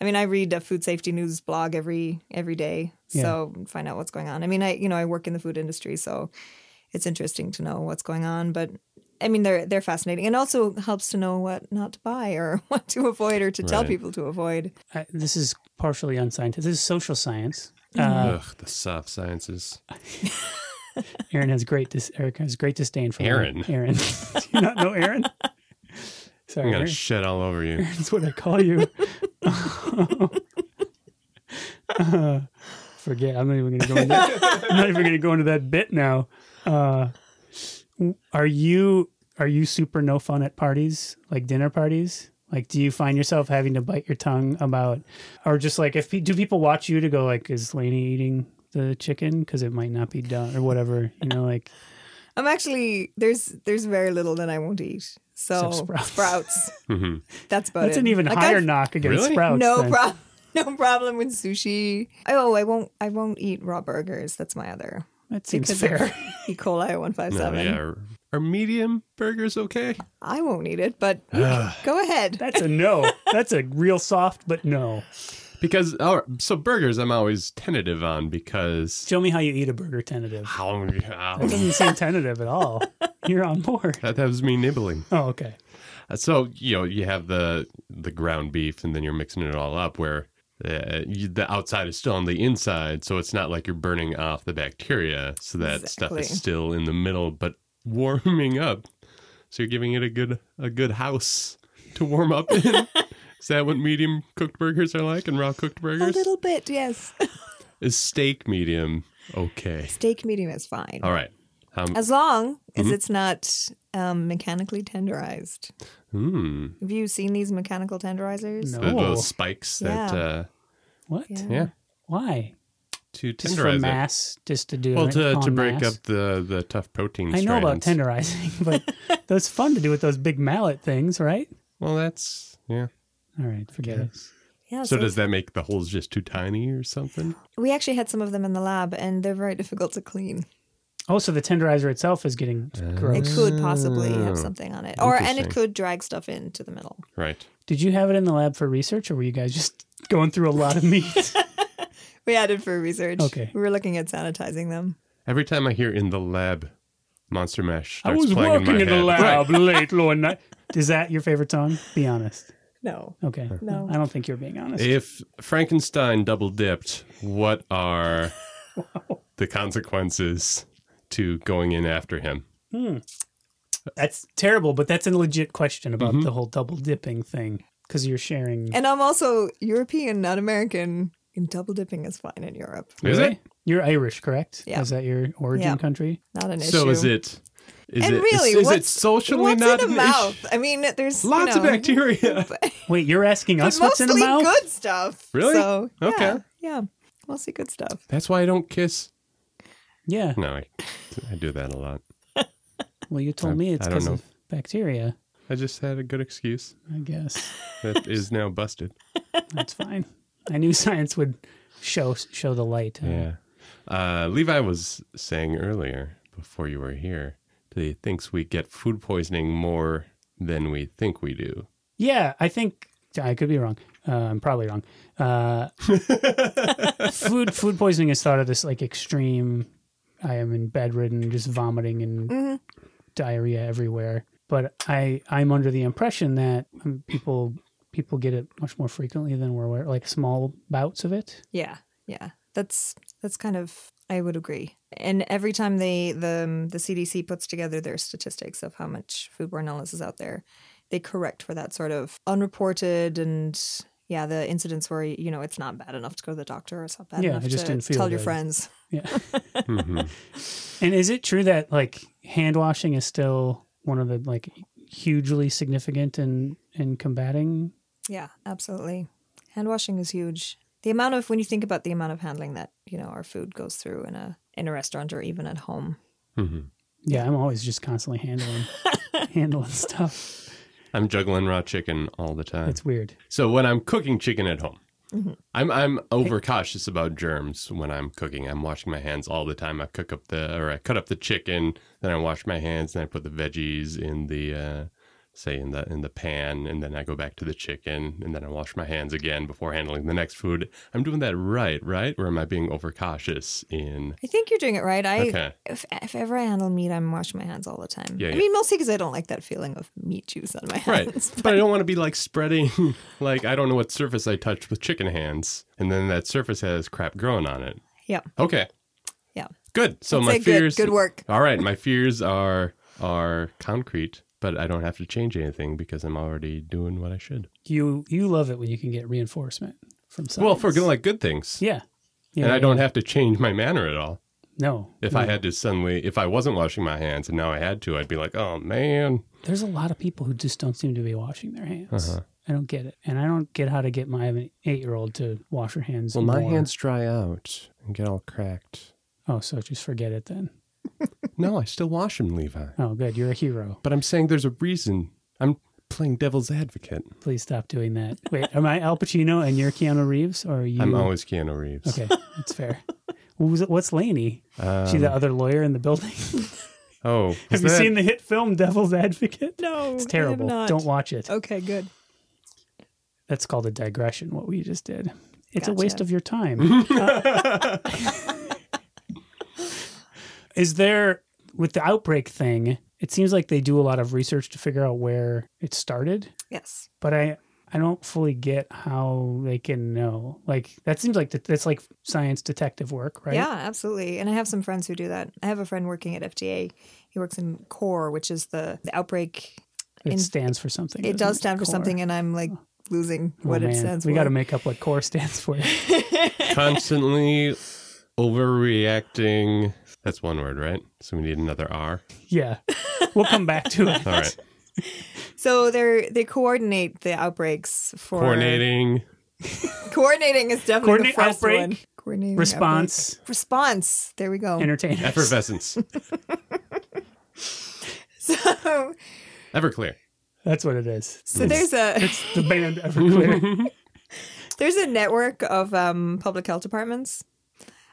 Speaker 3: I mean, I read a food safety news blog every every day, so find out what's going on. I mean, I you know I work in the food industry, so it's interesting to know what's going on. But I mean, they're they're fascinating, and also helps to know what not to buy or what to avoid or to tell
Speaker 1: Right.
Speaker 3: people to avoid.
Speaker 2: I, this is partially unscientific. This is social science. Uh,
Speaker 1: Ugh, the soft sciences.
Speaker 2: Aaron has great dis- Eric has great disdain for
Speaker 1: Aaron.
Speaker 2: Aaron, do you not know Aaron? Sorry,
Speaker 1: I'm gonna
Speaker 2: Aaron.
Speaker 1: shit all over you.
Speaker 2: That's what I call you. Uh, forget. I'm not even going to go. Into, I'm not even going to go into that bit now. Uh, are you are you super no fun at parties, like dinner parties? Like, do you find yourself having to bite your tongue about, or just like, if pe- do people watch you to go like, is Lainey eating the chicken because it might not be done or whatever? You know, like,
Speaker 3: I'm actually there's there's very little that I won't eat. So
Speaker 2: Except sprouts.
Speaker 3: sprouts.
Speaker 1: Mhm.
Speaker 3: That's about
Speaker 2: that's
Speaker 3: it.
Speaker 2: an even
Speaker 3: Like,
Speaker 2: higher
Speaker 3: I've-
Speaker 2: knock against
Speaker 1: Really?
Speaker 2: sprouts.
Speaker 3: No
Speaker 2: then.
Speaker 3: problem. No problem with sushi. Oh, I won't. I won't eat raw burgers. That's my other
Speaker 2: That seems
Speaker 3: because of
Speaker 2: fair.
Speaker 3: E. coli one five
Speaker 1: No,
Speaker 3: seven.
Speaker 1: yeah. Are, are medium burgers okay?
Speaker 3: I won't eat it, but you can- go ahead.
Speaker 2: That's a no. That's a real soft, but no.
Speaker 1: Because all right, so burgers, I'm always tentative on because
Speaker 2: Show me how you eat a burger tentative.
Speaker 1: how
Speaker 2: That doesn't seem tentative at all. You're on board.
Speaker 1: that was me nibbling.
Speaker 2: Oh, okay.
Speaker 1: So you know you have the the ground beef, and then you're mixing it all up where. Uh, you, the outside is still on the inside, so it's not like you're burning off the bacteria. So that stuff
Speaker 3: Exactly.
Speaker 1: is still in the middle, but warming up. So you're giving it a good a good house to warm up in. is that what medium cooked burgers are like and raw cooked
Speaker 3: A
Speaker 1: burgers?
Speaker 3: little bit, yes.
Speaker 1: Is steak medium okay?
Speaker 3: Steak medium is fine,
Speaker 1: All right. Um,
Speaker 3: as long as it's not um, mechanically tenderized.
Speaker 1: hmm.
Speaker 3: Have you seen these mechanical tenderizers?
Speaker 2: No.
Speaker 1: The-
Speaker 2: Oh.
Speaker 1: Those spikes that,
Speaker 3: Yeah.
Speaker 1: uh,
Speaker 2: What?
Speaker 3: Yeah.
Speaker 1: yeah,
Speaker 2: Why?
Speaker 1: to
Speaker 2: Just for
Speaker 1: tenderize it.
Speaker 2: mass, just to do
Speaker 1: Well,
Speaker 2: it
Speaker 1: to, to
Speaker 2: en
Speaker 1: break
Speaker 2: masse?
Speaker 1: up the, the tough protein
Speaker 2: Oh, I know about
Speaker 1: strands.
Speaker 2: tenderizing, but that's fun to do with those big mallet things, right?
Speaker 1: Well, that's, yeah.
Speaker 2: All right, forget it.
Speaker 3: Yeah.
Speaker 1: So does that make the holes just too tiny or something?
Speaker 3: we actually had some of them in the lab, and they're very difficult to clean.
Speaker 2: Oh, so the tenderizer itself is getting
Speaker 1: Uh,
Speaker 3: It
Speaker 2: gross.
Speaker 3: could possibly
Speaker 1: Oh.
Speaker 3: have something on it, or and
Speaker 1: Interesting.
Speaker 3: it could drag stuff into the middle.
Speaker 1: Right.
Speaker 2: Did you have it in the lab for research, or were you guys just going through a lot of meat?
Speaker 3: We added for research.
Speaker 2: Okay.
Speaker 3: We were looking at sanitizing them.
Speaker 1: Every time I hear in the lab, Monster Mash
Speaker 2: I
Speaker 1: starts
Speaker 2: was
Speaker 1: playing
Speaker 2: working
Speaker 1: in, my
Speaker 2: in the
Speaker 1: head.
Speaker 2: lab late one night. Is that your favorite song? Be honest.
Speaker 3: No.
Speaker 2: Okay.
Speaker 3: No.
Speaker 2: I don't think you're being honest.
Speaker 1: If Frankenstein double dipped, what are the consequences to going in after him?
Speaker 2: That's terrible, but that's a legit question about the whole double dipping thing because you're sharing.
Speaker 3: And I'm also European, not American. And double dipping is fine in Europe.
Speaker 1: Is it?
Speaker 2: You're Irish, correct?
Speaker 3: Yeah.
Speaker 2: Is that your origin
Speaker 3: Yeah.
Speaker 2: country?
Speaker 3: Not an issue.
Speaker 1: So is it? Is
Speaker 3: And
Speaker 1: it,
Speaker 3: really,
Speaker 1: is, is it
Speaker 3: what's-
Speaker 1: socially
Speaker 3: what's
Speaker 1: not
Speaker 3: in
Speaker 1: an
Speaker 3: the
Speaker 1: issue?
Speaker 3: mouth? I mean, there's you
Speaker 1: Lots
Speaker 3: know,
Speaker 1: of bacteria.
Speaker 2: Wait, you're asking
Speaker 3: but
Speaker 2: us what's in the
Speaker 3: mostly
Speaker 2: mouth?
Speaker 3: good stuff.
Speaker 1: Really?
Speaker 3: So, yeah,
Speaker 1: Okay.
Speaker 3: Yeah. Mostly good stuff.
Speaker 1: That's why I don't kiss.
Speaker 2: Yeah.
Speaker 1: No, I, I do that a lot.
Speaker 2: Well, you told
Speaker 1: I-
Speaker 2: me it's
Speaker 1: I don't
Speaker 2: because
Speaker 1: know.
Speaker 2: of bacteria,
Speaker 1: I just had a good excuse
Speaker 2: I guess.
Speaker 1: that is now busted.
Speaker 2: That's fine. I knew science would show show the light.
Speaker 1: Yeah. Uh, Levi was saying earlier, before you were here, that he thinks we get food poisoning more than we think we do.
Speaker 2: Yeah, I think I could be wrong. Uh, I'm probably wrong. Uh, food food poisoning is thought of this like extreme. I am in bedridden, just vomiting and diarrhea everywhere. but I I'm under the impression that um, people people get it much more frequently than we're aware, like small bouts of it.
Speaker 3: Yeah, yeah. That's that's kind of I would agree. And every time they the um, the CDC puts together their statistics of how much foodborne illness is out there, they correct for that sort of unreported and yeah, the incidents where you know it's not bad enough to go to the doctor, it's not bad
Speaker 2: Yeah,
Speaker 3: enough
Speaker 2: I just
Speaker 3: to
Speaker 2: didn't feel
Speaker 3: tell your
Speaker 2: good.
Speaker 3: friends.
Speaker 2: Yeah.
Speaker 1: hmm
Speaker 2: and is it true that like hand washing is still one of the like hugely significant in in combating?
Speaker 3: Yeah, absolutely. Hand washing is huge. The amount of when you think about the amount of handling that you know our food goes through in a in a restaurant or even at home.
Speaker 1: hmm
Speaker 2: Yeah, I'm always just constantly handling handling stuff.
Speaker 1: I'm juggling raw chicken all the time.
Speaker 2: It's weird.
Speaker 1: So when I'm cooking chicken at home, I'm I'm overcautious about germs when I'm cooking. I'm washing my hands all the time. I cook up the or I cut up the chicken, then I wash my hands, then I put the veggies in the uh, say in the in the pan, and then I go back to the chicken, and then I wash my hands again before handling the next food. I'm doing that right, right? Or am I being overcautious in?
Speaker 3: I think you're doing it right. I
Speaker 1: Okay.
Speaker 3: if, if ever I handle meat, I'm washing my hands all the time.
Speaker 1: Yeah,
Speaker 3: I
Speaker 1: yeah.
Speaker 3: mean, mostly because I don't like that feeling of meat juice on my
Speaker 1: Right.
Speaker 3: hands.
Speaker 1: But I don't want to be like spreading, like, I don't know what surface I touched with chicken hands. And then that surface has crap growing on it.
Speaker 3: Yeah.
Speaker 1: Okay.
Speaker 3: Yeah.
Speaker 1: Good. So
Speaker 3: I'd
Speaker 1: my
Speaker 3: say good-
Speaker 1: fears.
Speaker 3: good work.
Speaker 1: All right. My fears are are concrete, but I don't have to change anything because I'm already doing what I should.
Speaker 2: You you love it when you can get reinforcement from someone.
Speaker 1: Well, for good, like good things.
Speaker 2: yeah, yeah.
Speaker 1: and I don't have to change my manner at all.
Speaker 2: No,
Speaker 1: If I had to suddenly, if I wasn't washing my hands and now I had to, I'd be like, oh man.
Speaker 2: there's a lot of people who just don't seem to be washing their hands.
Speaker 1: Uh-huh.
Speaker 2: I don't get it, and I don't get how to get my I have an eight year old to wash her hands.
Speaker 1: Well, my
Speaker 2: more.
Speaker 1: hands dry out and get all cracked.
Speaker 2: Oh, so just forget it then.
Speaker 1: No, I still wash them, Levi.
Speaker 2: Oh, good. You're a hero.
Speaker 1: But I'm saying there's a reason. I'm playing devil's advocate.
Speaker 2: Please stop doing that. Wait, am I Al Pacino and you're Keanu Reeves, or are you?
Speaker 1: I'm always Keanu Reeves.
Speaker 2: okay. That's fair. Who's, what's Laney? Is she
Speaker 1: Um,
Speaker 2: the other lawyer in the building?
Speaker 1: oh, is
Speaker 2: have you
Speaker 1: that-
Speaker 2: seen the hit film Devil's Advocate?
Speaker 3: No,
Speaker 2: It's terrible. Don't watch it.
Speaker 3: Okay, good.
Speaker 2: That's called a digression. What we just did. It's a
Speaker 3: Gotcha.
Speaker 2: waste of your time. Uh, Is there with the outbreak thing? It seems like they do a lot of research to figure out where it started.
Speaker 3: Yes.
Speaker 2: but I I don't fully get how they can know. Like that seems like the, that's like science detective work, right?
Speaker 3: Yeah, absolutely. And I have some friends who do that. I have a friend working at FDA. He works in CORE, which is the, the outbrake.
Speaker 2: it
Speaker 3: in-
Speaker 2: stands for something.
Speaker 3: It
Speaker 2: doesn't
Speaker 3: does stand for
Speaker 2: Core.
Speaker 3: something, and I'm like losing
Speaker 2: Oh,
Speaker 3: what it
Speaker 2: man.
Speaker 3: stands for.
Speaker 2: We got to make up what core stands for.
Speaker 1: constantly overreacting? That's one word, right? So we need another R.
Speaker 2: yeah, we'll come back to it.
Speaker 1: All right.
Speaker 3: so they they coordinate the outbreaks for
Speaker 1: Coordinating.
Speaker 3: Coordinating is definitely
Speaker 2: Coordinate
Speaker 3: the first
Speaker 2: outbreak,
Speaker 3: one. Coordinating
Speaker 2: Response.
Speaker 3: outbreak. Response. There we go.
Speaker 2: Entertainment.
Speaker 1: Effervescence.
Speaker 3: So,
Speaker 1: Everclear.
Speaker 2: That's what it is.
Speaker 3: so there's a
Speaker 2: It's the band Everclear.
Speaker 3: there's a network of um, public health departments.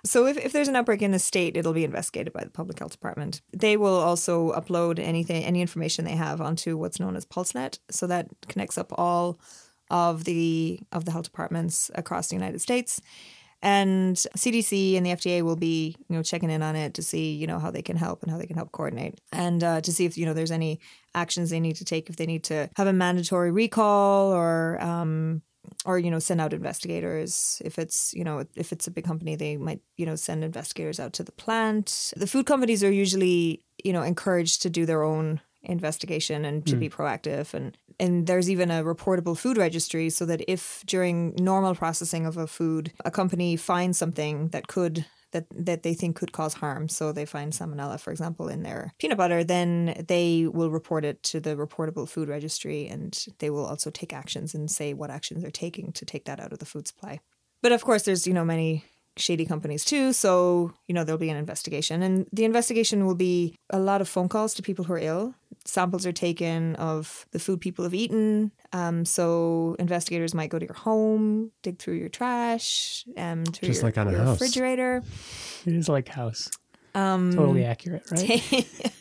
Speaker 3: So if, if there's an outbreak in a state, it'll be investigated by the public health department. They will also upload anything any information they have onto what's known as PulseNet. So that connects up all of the of the health departments across the United States. And CDC and the FDA will be, you know, checking in on it to see, you know, how they can help and how they can help coordinate, and uh, to see if you know there's any actions they need to take if they need to have a mandatory recall or um, or you know send out investigators if it's you know if it's a big company they might you know send investigators out to the plant the food companies are usually you know encouraged to do their own investigation and to be proactive and and there's even a reportable food registry so that if during normal processing of a food a company finds something that could that that they think could cause harm. So they find salmonella, for example, in their peanut butter, then they will report it to the reportable food registry, and they will also take actions and say what actions they're taking to take that out of the food supply. But of course, there's you know many shady companies too, so you know there'll be an investigation, and the investigation will be a lot of phone calls to people who are ill. Samples are taken of the food people have eaten. Um, so investigators might go to your home, dig through your trash, um, through
Speaker 1: Just
Speaker 3: your,
Speaker 1: like on a
Speaker 3: your
Speaker 1: house.
Speaker 3: refrigerator.
Speaker 2: it is like House.
Speaker 3: Um,
Speaker 2: Totally accurate, right?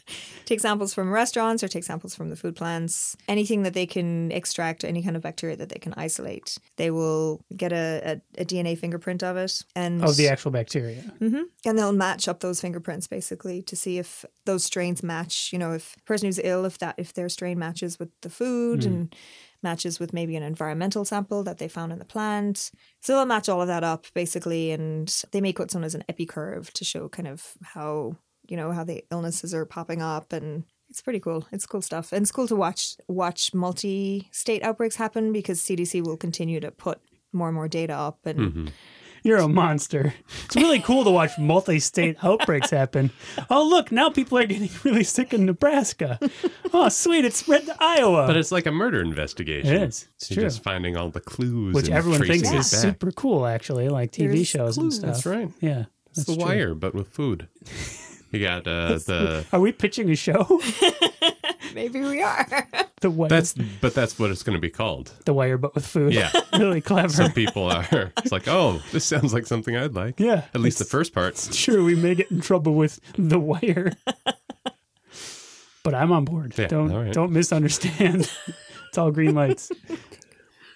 Speaker 3: take samples from restaurants or take samples from the food plants, anything that they can extract, any kind of bacteria that they can isolate. They will get a, a, a DNA fingerprint of it and
Speaker 2: of the actual bacteria.
Speaker 3: hmm and they'll match up those fingerprints basically to see if those strains match, you know, if the person who's ill if that if their strain matches with the food and matches with maybe an environmental sample that they found in the plant. So they'll match all of that up basically and they make what's known as an epicurve to show kind of how you know how the illnesses are popping up and it's pretty cool it's cool stuff and it's cool to watch watch multi-state outbreaks happen because cdc will continue to put more and more data up and
Speaker 2: You're a monster. It's really cool to watch multi state outbreaks happen. Oh, look, now people are getting really sick in Nebraska. Oh, sweet, it spread to Iowa.
Speaker 1: But it's like a murder investigation.
Speaker 2: It is. It's
Speaker 1: You're
Speaker 2: true.
Speaker 1: just finding all the clues,
Speaker 2: which
Speaker 1: and
Speaker 2: everyone thinks
Speaker 1: tracing
Speaker 2: is
Speaker 1: it back.
Speaker 2: super cool, actually, like TV
Speaker 3: There's
Speaker 2: shows
Speaker 3: clues.
Speaker 2: and
Speaker 1: That's
Speaker 2: stuff.
Speaker 1: right.
Speaker 2: Yeah.
Speaker 1: It's the
Speaker 2: that's true.
Speaker 1: wire, but with food. You got uh, the.
Speaker 2: Are we pitching a show?
Speaker 3: maybe we are
Speaker 2: the wire,
Speaker 1: That's but that's what it's going to be called.
Speaker 2: the wire, but with food.
Speaker 1: Yeah.
Speaker 2: really clever.
Speaker 1: Some people are. It's like, oh, this sounds like something I'd like.
Speaker 2: yeah.
Speaker 1: At least the first part.
Speaker 2: Sure, we may get in trouble with the wire, but I'm on board.
Speaker 1: Yeah,
Speaker 2: don't
Speaker 1: all right.
Speaker 2: don't misunderstand. it's all green lights.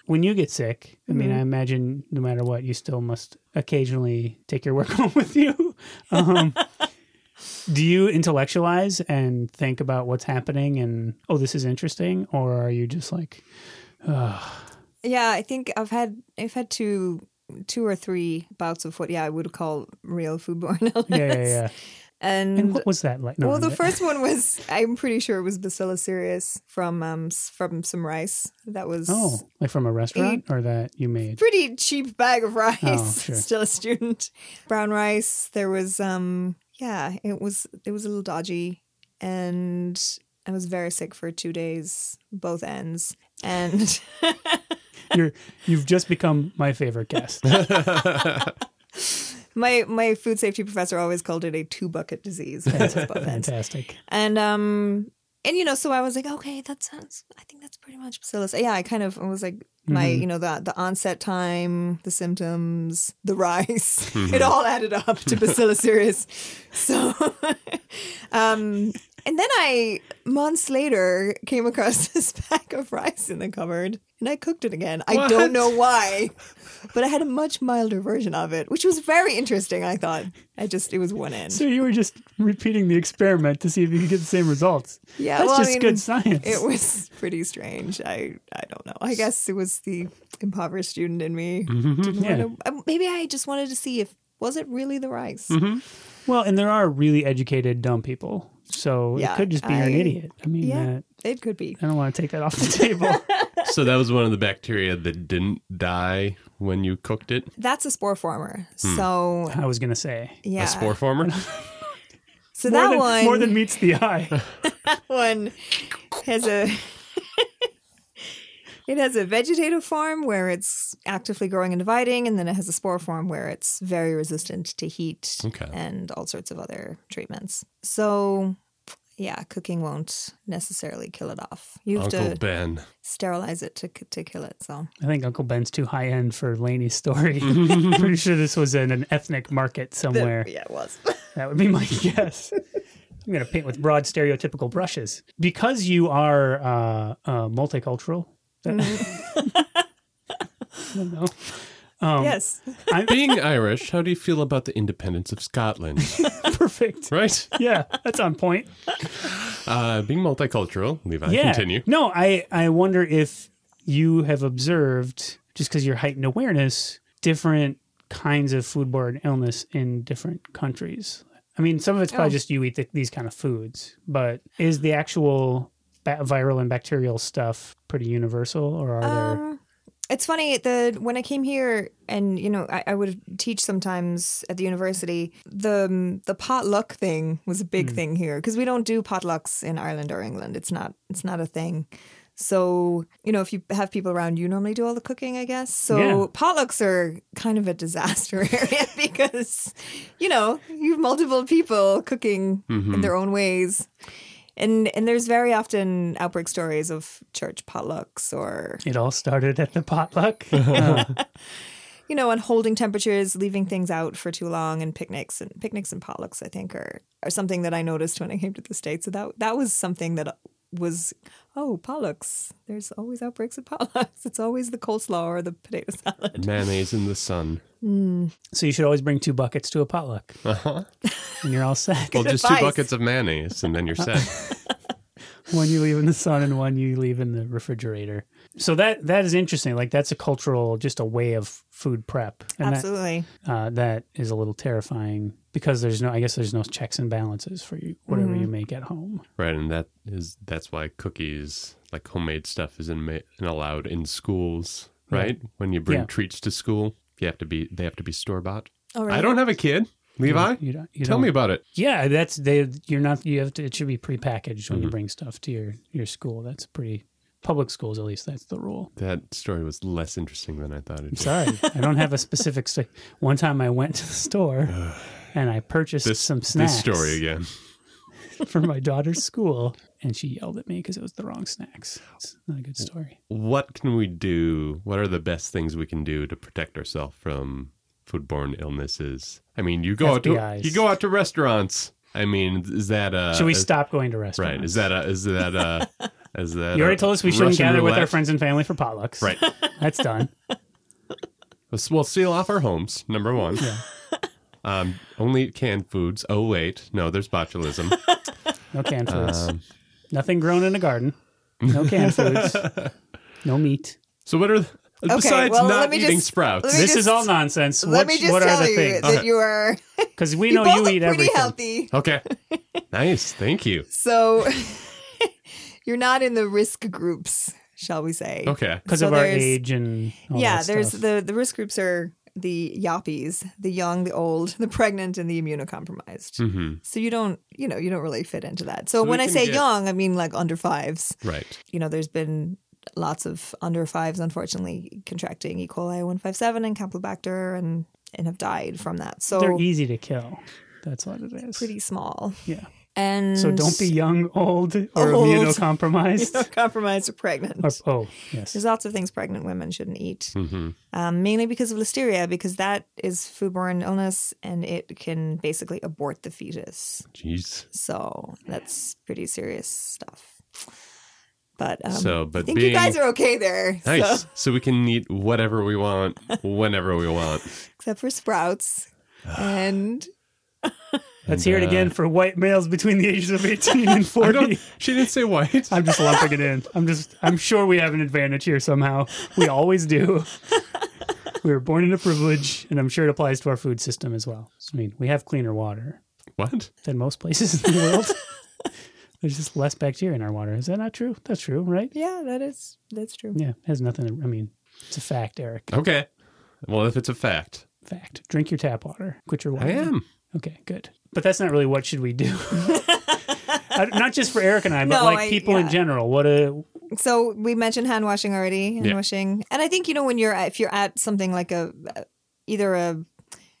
Speaker 2: When you get sick, I mean,
Speaker 3: Mm-hmm.
Speaker 2: I imagine no matter what, you still must occasionally take your work home with you. Um, do you intellectualize and think about what's happening and oh, this is interesting, or are you just like,
Speaker 3: yeah i think i've had i've had two two or three bouts of what yeah i would call real foodborne illness
Speaker 2: yeah, yeah, yeah?
Speaker 3: and,
Speaker 2: And what was that like? No,
Speaker 3: well, the
Speaker 2: that-
Speaker 3: first one was I'm pretty sure it was Bacillus cereus from um s- from some rice that was
Speaker 2: Oh, like from a restaurant or that you made?
Speaker 3: pretty cheap bag of rice.
Speaker 2: Oh, sure.
Speaker 3: Still a student. Brown rice. There was um yeah, it was it was a little dodgy and I was very sick for two days, both ends. And
Speaker 2: You're you've just become my favorite guest.
Speaker 3: my my food safety professor always called it a two bucket disease. when it was both ends.
Speaker 2: Fantastic.
Speaker 3: And um and you know, so I was like, okay, that sounds I think that's pretty much bacillus. Yeah, I kind of I was like my you know the the onset time, the symptoms, the rice, it all added up to bacillus cereus. So um and then I months later came across this pack of rice in the cupboard and I cooked it again. I
Speaker 1: What?
Speaker 3: don't know why. But I had a much milder version of it, which was very interesting, I thought. I just it was one end.
Speaker 2: So you were just repeating the experiment to see if you could get the same results.
Speaker 3: Yeah,
Speaker 2: that's
Speaker 3: well, I
Speaker 2: just
Speaker 3: mean,
Speaker 2: good science.
Speaker 3: It was pretty strange. I I don't know. I guess it was the impoverished student in me.
Speaker 2: Mm-hmm.
Speaker 3: Didn't
Speaker 2: Yeah.
Speaker 3: wanna- uh, maybe I just wanted to see if was it really the rice.
Speaker 2: Mm-hmm. well, and there are really educated dumb people, so
Speaker 3: Yeah,
Speaker 2: it could just be you're an
Speaker 3: I-
Speaker 2: idiot. I mean,
Speaker 3: Yeah,
Speaker 2: that,
Speaker 3: it could be.
Speaker 2: I don't want to take that off the table.
Speaker 1: So that was one of the bacteria that didn't die when you cooked it.
Speaker 3: That's a spore former.
Speaker 2: Hmm.
Speaker 3: So
Speaker 2: I was gonna say
Speaker 3: yeah,
Speaker 1: A spore former.
Speaker 3: so
Speaker 2: more
Speaker 3: that
Speaker 2: than,
Speaker 3: one
Speaker 2: more than meets the eye.
Speaker 3: one has a it has a vegetative form where it's actively growing and dividing and then it has a spore form where it's very resistant to heat
Speaker 1: Okay.
Speaker 3: and all sorts of other treatments so yeah cooking won't necessarily kill it off you have
Speaker 1: Uncle
Speaker 3: to
Speaker 1: Ben.
Speaker 3: sterilize it to, k- to kill it so
Speaker 2: I think Uncle Ben's too high end for Laney's story. Pretty sure this was in an ethnic market
Speaker 3: The-
Speaker 2: somewhere.
Speaker 3: yeah it was
Speaker 2: That would be my guess. I'm going to paint with broad stereotypical brushes. Because you are uh, uh, multicultural. I don't know. Um,
Speaker 3: yes
Speaker 1: Being Irish, how do you feel about the independence of Scotland?
Speaker 2: Perfect.
Speaker 1: Right?
Speaker 2: Yeah, that's on point.
Speaker 1: Uh, being multicultural, Levi,
Speaker 2: yeah.
Speaker 1: continue.
Speaker 2: No, I, I wonder if you have observed, just because you're heightened awareness, different kinds of foodborne illness in different countries. I mean, some of it's probably
Speaker 3: Oh.
Speaker 2: just you eat th- these kind of foods, but is the actual ba- viral and bacterial stuff pretty universal, or are there?
Speaker 3: Um, it's funny the when I came here, and you know, I, I would teach sometimes at the university. The um, the potluck thing was a big thing here because we don't do potlucks in Ireland or England. It's not it's not a thing. So you know, if you have people around, you normally do all the cooking, I guess. So
Speaker 2: Yeah.
Speaker 3: potlucks are kind of a disaster area because you know you have multiple people cooking in their own ways. And, and there's very often outbreak stories of church potlucks or
Speaker 2: It all started at the potluck. Uh,
Speaker 3: you know, on holding temperatures, leaving things out for too long, and picnics and picnics and potlucks. I think are are something that I noticed when I came to the states. So that that was something that was oh pollux there's always outbreaks of pollux it's always the coleslaw or the potato salad
Speaker 1: Mayonnaise in the sun.
Speaker 2: So you should always bring two buckets to a potluck,
Speaker 1: Uh-huh.
Speaker 2: and you're all set.
Speaker 1: Well, just
Speaker 3: advice.
Speaker 1: two buckets of mayonnaise, and then you're set.
Speaker 2: one you leave in the sun, and one you leave in the refrigerator. So that that is interesting. Like that's a cultural, just a way of food prep, and that,
Speaker 3: absolutely
Speaker 2: uh, that is a little terrifying because there's no, I guess there's no checks and balances for you whatever you make at home.
Speaker 1: right, and that is that's why cookies, like homemade stuff, isn't ma- and allowed in schools. Right, when you bring
Speaker 2: Yeah.
Speaker 1: treats to school, you have to be they have to be store bought.
Speaker 3: all right
Speaker 1: I don't have a kid, Levi.
Speaker 2: You don't. You
Speaker 1: Tell
Speaker 2: don't-
Speaker 1: me about it.
Speaker 2: Yeah, that's they. You're not. You have to. It should be prepackaged
Speaker 1: Mm-hmm.
Speaker 2: when you bring stuff to your your school. That's pretty. Public schools, at least, that's the rule.
Speaker 1: That story was less interesting than I thought it was.
Speaker 2: Sorry, I don't have a specific. St- One time, I went to the store and I purchased
Speaker 1: This,
Speaker 2: some
Speaker 1: this
Speaker 2: snacks
Speaker 1: story again.
Speaker 2: for my daughter's school, and she yelled at me because it was the wrong snacks. It's not a good story.
Speaker 1: What can we do? What are the best things we can do to protect ourselves from foodborne illnesses? I mean, you go out
Speaker 2: FBIs.
Speaker 1: to you go out to restaurants. I mean, is that a
Speaker 2: Should we
Speaker 1: Uh, is-
Speaker 2: stop going to restaurants?
Speaker 1: Right? Is that a is that a is that
Speaker 2: You already
Speaker 1: a
Speaker 2: told us we shouldn't
Speaker 1: Russian
Speaker 2: gather with our
Speaker 1: roulette?
Speaker 2: friends and family for potlucks.
Speaker 1: Right.
Speaker 2: That's done.
Speaker 1: Let's- We'll seal off our homes. Number one. Um, only canned foods. Oh wait, no, there's botulism.
Speaker 2: No canned
Speaker 1: Um,
Speaker 2: foods. Nothing grown in a garden. No canned foods. No meat.
Speaker 1: So what are the, besides
Speaker 3: well,
Speaker 1: not
Speaker 3: let me
Speaker 1: eating
Speaker 3: just-
Speaker 1: sprouts?
Speaker 3: let me
Speaker 2: This is
Speaker 3: just-
Speaker 2: all nonsense.
Speaker 3: let
Speaker 2: What,
Speaker 3: me just
Speaker 2: what
Speaker 3: tell
Speaker 2: are the
Speaker 3: you
Speaker 2: things?
Speaker 3: that you are
Speaker 2: Because we
Speaker 3: you
Speaker 2: know
Speaker 3: both
Speaker 2: you
Speaker 3: look
Speaker 2: eat
Speaker 3: pretty
Speaker 2: everything.
Speaker 3: healthy
Speaker 1: Okay. nice. Thank you.
Speaker 3: so you're not in the risk groups shall we say
Speaker 1: Okay.
Speaker 2: Because
Speaker 3: So
Speaker 2: of our
Speaker 3: there's-
Speaker 2: age and all
Speaker 3: yeah
Speaker 2: that
Speaker 3: there's
Speaker 2: stuff.
Speaker 3: the the risk groups are the yuppies the young the old the pregnant and the immunocompromised
Speaker 1: hmm
Speaker 3: so you don't you know you don't really fit into that so,
Speaker 1: So we
Speaker 3: when i
Speaker 1: can
Speaker 3: say
Speaker 1: get-
Speaker 3: young i mean like under fives
Speaker 1: Right.
Speaker 3: you know there's been lots of under fives unfortunately contracting e coli 157 and campylobacter and and have died from that
Speaker 2: They're e-
Speaker 3: so
Speaker 2: easy to kill. That's what it is.
Speaker 3: pretty small
Speaker 2: Yeah.
Speaker 3: and
Speaker 2: So don't be young, old, or
Speaker 3: Old.
Speaker 2: immunocompromised.
Speaker 3: compromised or pregnant
Speaker 2: Or- oh, yes.
Speaker 3: there's lots of things pregnant women shouldn't eat
Speaker 1: hmm
Speaker 3: um, mainly because of listeria, because that is foodborne illness and it can basically abort the fetus.
Speaker 1: Jeez.
Speaker 3: So that's pretty serious stuff. But um,
Speaker 1: So,
Speaker 3: I
Speaker 1: but
Speaker 3: think
Speaker 1: being-
Speaker 3: you guys are okay there, so-
Speaker 1: Nice. So. we can eat whatever we want, whenever we want.
Speaker 3: except for sprouts. And
Speaker 1: And,
Speaker 2: Let's hear it
Speaker 1: uh,
Speaker 2: again for white males between the ages of 18 and
Speaker 1: I don't-
Speaker 2: 40.
Speaker 1: she didn't say white.
Speaker 2: I'm just lumping it in. I'm just, I'm sure we have an advantage here somehow. We always do. We were born into privilege, and I'm sure it applies to our food system as well. I mean, we have cleaner water
Speaker 1: What?
Speaker 2: than most places in the world. There's just less bacteria in our water. Is that not true? That's true, right?
Speaker 3: yeah, that is that's true.
Speaker 2: Yeah, it has nothing. To, I mean, it's a fact, Eric.
Speaker 1: Okay. Well, if it's a fact,
Speaker 2: Fact. Drink your tap water. Quit your water.
Speaker 1: I am.
Speaker 2: Okay, good. But that's not really what should we do. I- not just for Eric and I, but
Speaker 3: No,
Speaker 2: like
Speaker 3: I-
Speaker 2: people in
Speaker 3: yeah.
Speaker 2: general. What a
Speaker 3: So we mentioned hand washing already, hand
Speaker 1: Yeah.
Speaker 3: washing, and I think you know when you're at, if you're at something like a either a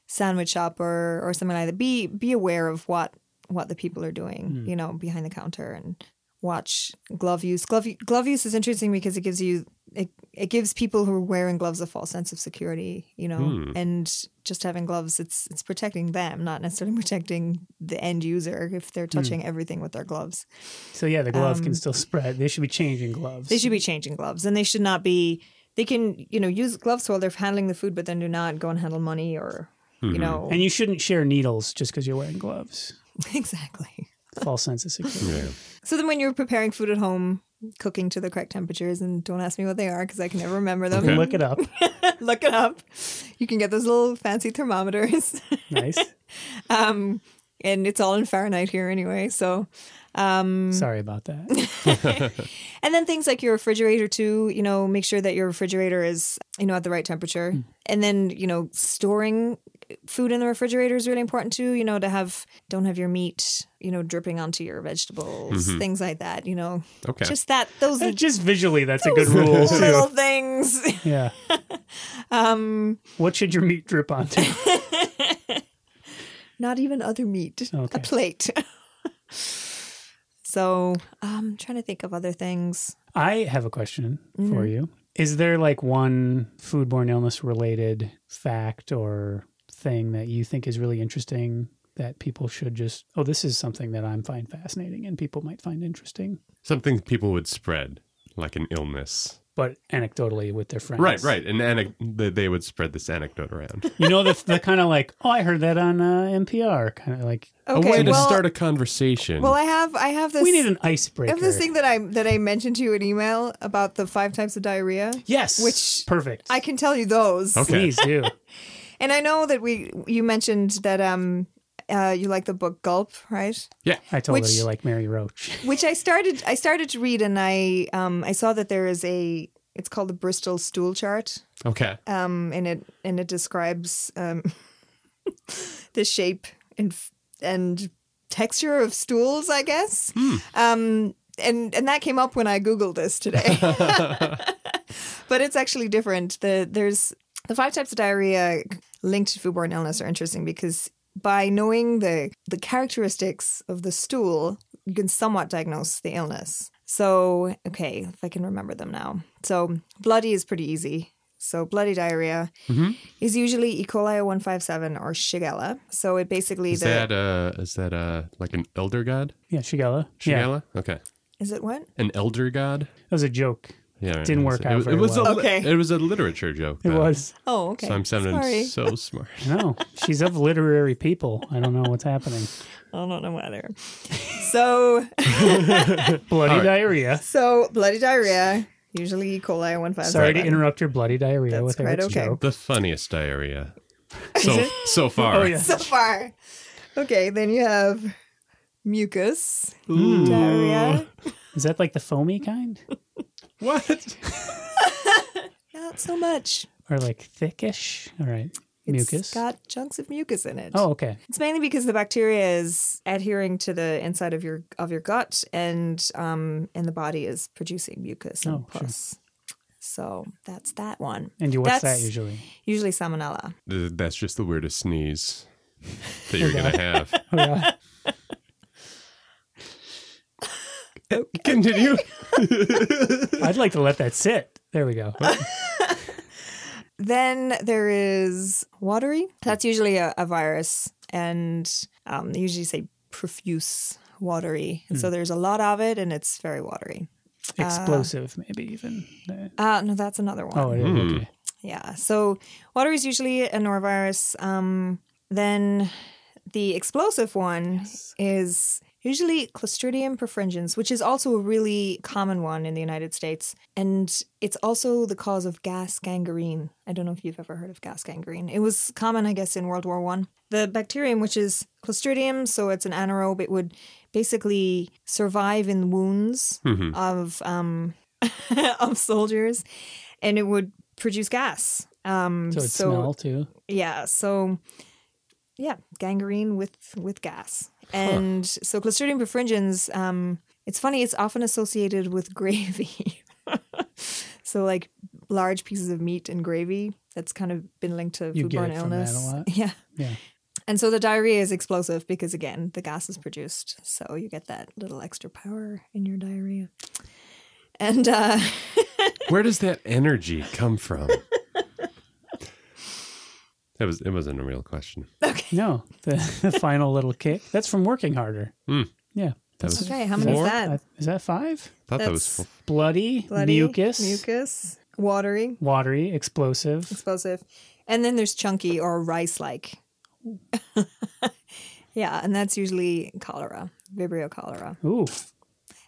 Speaker 3: sandwich shop or or something like that, be be aware of what what the people are doing,
Speaker 1: Hmm.
Speaker 3: you know, behind the counter and watch glove use. Glove glove use is interesting because it gives you it, it gives people who are wearing gloves a false sense of security, you know,
Speaker 1: Hmm.
Speaker 3: and just having gloves it's it's protecting them, not necessarily protecting the end user if
Speaker 1: Hmm.
Speaker 3: they're touching everything with their gloves.
Speaker 2: so yeah, the glove can
Speaker 3: Um,
Speaker 2: still spread. They should be changing gloves.
Speaker 3: They should be changing gloves, and they should not be. They can, you know, use gloves while they're handling the food, but then do not go and handle money or, you know,
Speaker 2: and you shouldn't share needles just because you're wearing gloves.
Speaker 3: exactly.
Speaker 2: False sense of security.
Speaker 1: Yeah.
Speaker 3: So then, when you're preparing food at home, cooking to the correct temperatures, and don't ask me what they are because I can never remember them.
Speaker 2: You can Look it up.
Speaker 3: Look it up. You can get those little fancy thermometers,
Speaker 2: Nice.
Speaker 3: um, and it's all in Fahrenheit here anyway. So, um,
Speaker 2: Sorry about that.
Speaker 3: And then things like your refrigerator too, you know, make sure that your refrigerator is, you know, at the right temperature.
Speaker 1: Hmm.
Speaker 3: And then, you know, storing food in the refrigerator is really important too, you know, to have don't have your meat, you know, dripping onto your vegetables, things like that, you know.
Speaker 1: Mm-hmm. Okay.
Speaker 3: Just that those
Speaker 2: Uh,
Speaker 3: little
Speaker 2: Just visually, that's a good rule too.
Speaker 3: things.
Speaker 2: Yeah.
Speaker 3: Um
Speaker 2: What should your meat drip onto?
Speaker 3: not even other meat.
Speaker 2: Okay.
Speaker 3: A plate. so, I'm trying to think of other things. Mm-hmm.
Speaker 2: I have a question for you. Is there like one foodborne illness related fact or thing that you think is really interesting that people should just, oh, this is something that I'm find fascinating and people might find interesting,
Speaker 1: Something people would spread, like an illness.
Speaker 2: but anecdotally with their friends?
Speaker 1: Right, right. And anec- they they would spread this anecdote around.
Speaker 2: You know, the, the kind of like, oh, I heard that on uh, NPR, kind of like,
Speaker 1: a way
Speaker 3: Okay,
Speaker 1: to
Speaker 3: well,
Speaker 1: start a conversation.
Speaker 3: well, I have I have this
Speaker 2: we need an
Speaker 3: I
Speaker 2: icebreaker.
Speaker 3: have this thing that I that I mentioned to you in email about the five types of diarrhea.
Speaker 2: yes.
Speaker 3: which-
Speaker 2: perfect.
Speaker 3: I can tell you those.
Speaker 1: Okay.
Speaker 2: Please do.
Speaker 3: And I know that we you mentioned that um uh, you like the book Gulp, right?
Speaker 1: yeah.
Speaker 2: I told her
Speaker 3: Which-
Speaker 2: you like Mary Roach.
Speaker 3: Which I started I started to read and I um I saw that there is a it's called the Bristol stool chart.
Speaker 1: Okay.
Speaker 3: Um and it and it describes um the shape and f- and texture of stools, I guess. Um and and that came up when I googled this today. but it's actually different. The there's the five types of diarrhea linked to foodborne illness are interesting because by knowing the the characteristics of the stool, you can somewhat diagnose the illness. So, okay, if I can remember them now. So, bloody is pretty easy. So, bloody diarrhea
Speaker 1: Mm-hmm.
Speaker 3: is usually E. coli 0157 or Shigella. So, it basically
Speaker 1: Is
Speaker 3: the
Speaker 1: that uh is that uh like an elder god?
Speaker 2: Yeah, Shigella. Yeah,
Speaker 1: Shigella? Okay.
Speaker 3: is it what?
Speaker 1: An elder god?
Speaker 2: that was a joke.
Speaker 1: Yeah. right.
Speaker 2: Didn't work
Speaker 1: It
Speaker 2: out
Speaker 1: was- It,
Speaker 2: very
Speaker 1: was a
Speaker 2: well.
Speaker 1: li-
Speaker 3: Okay.
Speaker 1: it was a literature joke.
Speaker 2: It
Speaker 1: though.
Speaker 2: was.
Speaker 3: Oh, okay.
Speaker 1: So I'm sounding
Speaker 3: Sorry.
Speaker 1: so smart.
Speaker 2: No, she's of literary people. I don't know what's happening.
Speaker 3: I don't know either. so,
Speaker 2: Bloody
Speaker 1: All right.
Speaker 2: diarrhea.
Speaker 3: so bloody diarrhea, usually E. coli 157.
Speaker 2: Sorry to interrupt your bloody diarrhea
Speaker 3: That's
Speaker 2: with
Speaker 3: quite
Speaker 2: Eric's
Speaker 3: okay.
Speaker 2: joke.
Speaker 1: The funniest diarrhea. So so far.
Speaker 2: Oh yeah.
Speaker 3: so far. Okay, then you have mucus, diarrhea.
Speaker 2: Is that like the foamy kind,
Speaker 1: What?
Speaker 3: Not so much.
Speaker 2: or like thickish? All right,
Speaker 3: It's
Speaker 2: mucus.
Speaker 3: got chunks of mucus in it.
Speaker 2: oh, okay.
Speaker 3: It's mainly because the bacteria is adhering to the inside of your of your gut, and um, and the body is producing mucus and
Speaker 2: Oh, sure.
Speaker 3: pus. So that's that one.
Speaker 2: And you what's
Speaker 3: That's-
Speaker 2: that usually?
Speaker 3: Usually salmonella.
Speaker 1: Th- That's just the weirdest sneeze that you're gonna have.
Speaker 2: Oh, yeah.
Speaker 1: Continue.
Speaker 2: I'd like to let that sit. There we go.
Speaker 3: Uh, Then there is watery. That's usually a, a virus, and um, they usually say profuse watery. And so there's a lot of it, and it's very watery.
Speaker 2: Explosive, maybe even. Uh,
Speaker 3: Uh, no, that's another one.
Speaker 2: Oh, it is,
Speaker 1: Hmm.
Speaker 2: okay.
Speaker 3: Yeah. So water is usually a norovirus. Um, then the explosive one is usually Clostridium perfringens, which is also a really common one in the United States. And it's also the cause of gas gangrene. I don't know if you've ever heard of gas gangrene. It was common, I guess, in World War One. The bacterium, which is Clostridium, so it's an anaerobe, it would basically survive in wounds
Speaker 1: Mm-hmm.
Speaker 2: Mm.
Speaker 3: of um, of soldiers, and it would produce gas. Um,
Speaker 2: So it smell too.
Speaker 3: yeah, so yeah, gangrene with with gas, and so Clostridium perfringens. Um, it's funny; it's often associated with gravy. so like large pieces of meat and gravy. That's kind of been linked to
Speaker 2: You get
Speaker 3: foodborne
Speaker 2: it from that
Speaker 3: illness.
Speaker 2: a lot.
Speaker 3: Yeah.
Speaker 2: Yeah.
Speaker 3: And so the diarrhea is explosive because again, the gas is produced, so you get that little extra power in your diarrhea. And uh,
Speaker 1: Where does that energy come from? That was it wasn't a real question.
Speaker 2: No, the, the final little kick. That's from working harder.
Speaker 1: Hmm.
Speaker 2: Yeah.
Speaker 1: That's
Speaker 3: okay, how many
Speaker 1: Four?
Speaker 3: is that?
Speaker 2: I- Is that five?
Speaker 1: Thought that was
Speaker 3: That's-
Speaker 1: full.
Speaker 2: Bloody,
Speaker 3: Bloody,
Speaker 2: mucus,
Speaker 3: mucus, watery,
Speaker 2: watery, explosive.
Speaker 3: explosive, and then there's chunky or rice-like. yeah, and that's usually cholera, Vibrio cholera.
Speaker 2: Ooh,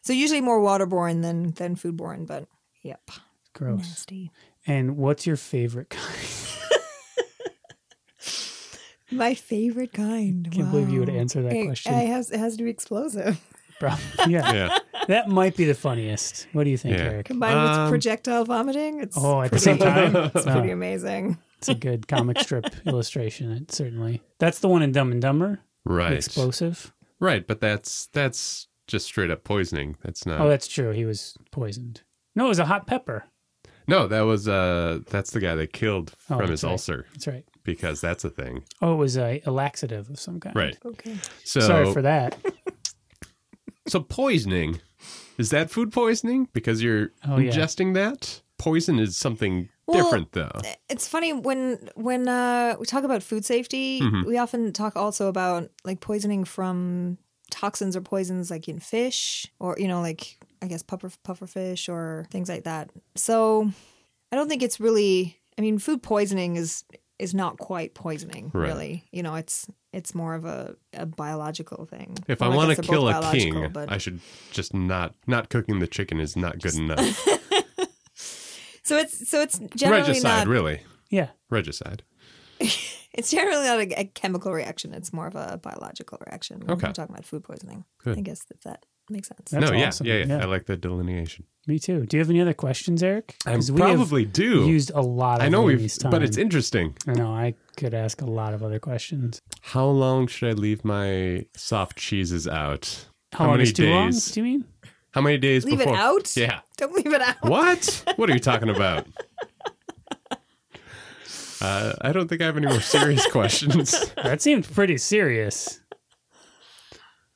Speaker 3: So usually more waterborne than than foodborne, but yep,
Speaker 2: gross.
Speaker 3: nasty.
Speaker 2: And what's your favorite kind?
Speaker 3: My favorite kind.
Speaker 2: I can't believe you would
Speaker 3: Wow.
Speaker 2: answer that
Speaker 3: It-
Speaker 2: question.
Speaker 3: It has, it has to be explosive.
Speaker 2: Bro. Yeah,
Speaker 1: Yeah.
Speaker 2: that might be the funniest. What do you think,
Speaker 1: Yeah.
Speaker 2: Eric?
Speaker 3: Combined
Speaker 1: Um,
Speaker 3: with projectile vomiting, it's
Speaker 2: Oh, at the same time,
Speaker 3: it's
Speaker 2: Wow.
Speaker 3: pretty amazing.
Speaker 2: it's a good comic strip illustration. It certainly. That's the one in Dumb and Dumber.
Speaker 1: Right.
Speaker 2: Explosive.
Speaker 1: Right, but that's that's just straight up poisoning. That's not
Speaker 2: Oh, that's true. He was poisoned. No, it was a hot pepper.
Speaker 1: No, that was uh that's the guy that killed
Speaker 2: Oh,
Speaker 1: from
Speaker 2: that's
Speaker 1: his
Speaker 2: right.
Speaker 1: ulcer
Speaker 2: That's right.
Speaker 1: because that's a thing.
Speaker 2: Oh, it was a, a laxative of some kind.
Speaker 1: Right.
Speaker 3: Okay.
Speaker 1: So
Speaker 2: Sorry for that.
Speaker 1: so poisoning is that food poisoning because you're
Speaker 2: Oh, yeah.
Speaker 1: ingesting that? poison is something
Speaker 3: Well,
Speaker 1: different, though.
Speaker 3: it's funny when when uh, we talk about food safety,
Speaker 1: Mhm.
Speaker 3: we often talk also about like poisoning from toxins or poisons like in fish or you know like I guess puffer puffer fish or things like that. So I don't think it's really. I mean, food poisoning is is not quite poisoning,
Speaker 1: Right.
Speaker 3: really. You know, it's it's more of a, a biological thing.
Speaker 1: If
Speaker 3: Well,
Speaker 1: I want
Speaker 3: guess
Speaker 1: to
Speaker 3: they're both
Speaker 1: kill a
Speaker 3: biological,
Speaker 1: king,
Speaker 3: but-
Speaker 1: I should just not not cooking the chicken is not good enough.
Speaker 3: so it's so it's generally
Speaker 1: Regicide,
Speaker 3: not
Speaker 1: really.
Speaker 2: Yeah.
Speaker 1: Regicide.
Speaker 3: It's generally not a, a chemical reaction. It's more of a biological reaction. when
Speaker 1: Okay.
Speaker 3: We're talking about food poisoning.
Speaker 1: Good.
Speaker 3: I guess if that makes sense.
Speaker 2: That's
Speaker 1: no, yeah,
Speaker 2: awesome.
Speaker 1: yeah, yeah,
Speaker 2: Yeah.
Speaker 1: I like the delineation.
Speaker 2: Me too. Do you have any other questions, Eric?
Speaker 1: I
Speaker 2: 'Cause we have
Speaker 1: probably do.
Speaker 2: used a lot of
Speaker 1: I know we've,
Speaker 2: Amy's time.
Speaker 1: but it's interesting.
Speaker 2: I know I could ask a lot of other questions.
Speaker 1: How long should I leave my soft cheeses out?
Speaker 2: How,
Speaker 1: How
Speaker 2: long
Speaker 1: many
Speaker 2: is too long?
Speaker 1: days?
Speaker 2: Do you mean?
Speaker 1: How many days
Speaker 3: Leave it
Speaker 1: before?
Speaker 3: out?
Speaker 1: Yeah.
Speaker 3: Don't leave it out.
Speaker 1: What? what are you talking about? Uh, I don't think I have any more serious questions.
Speaker 2: That seemed pretty serious.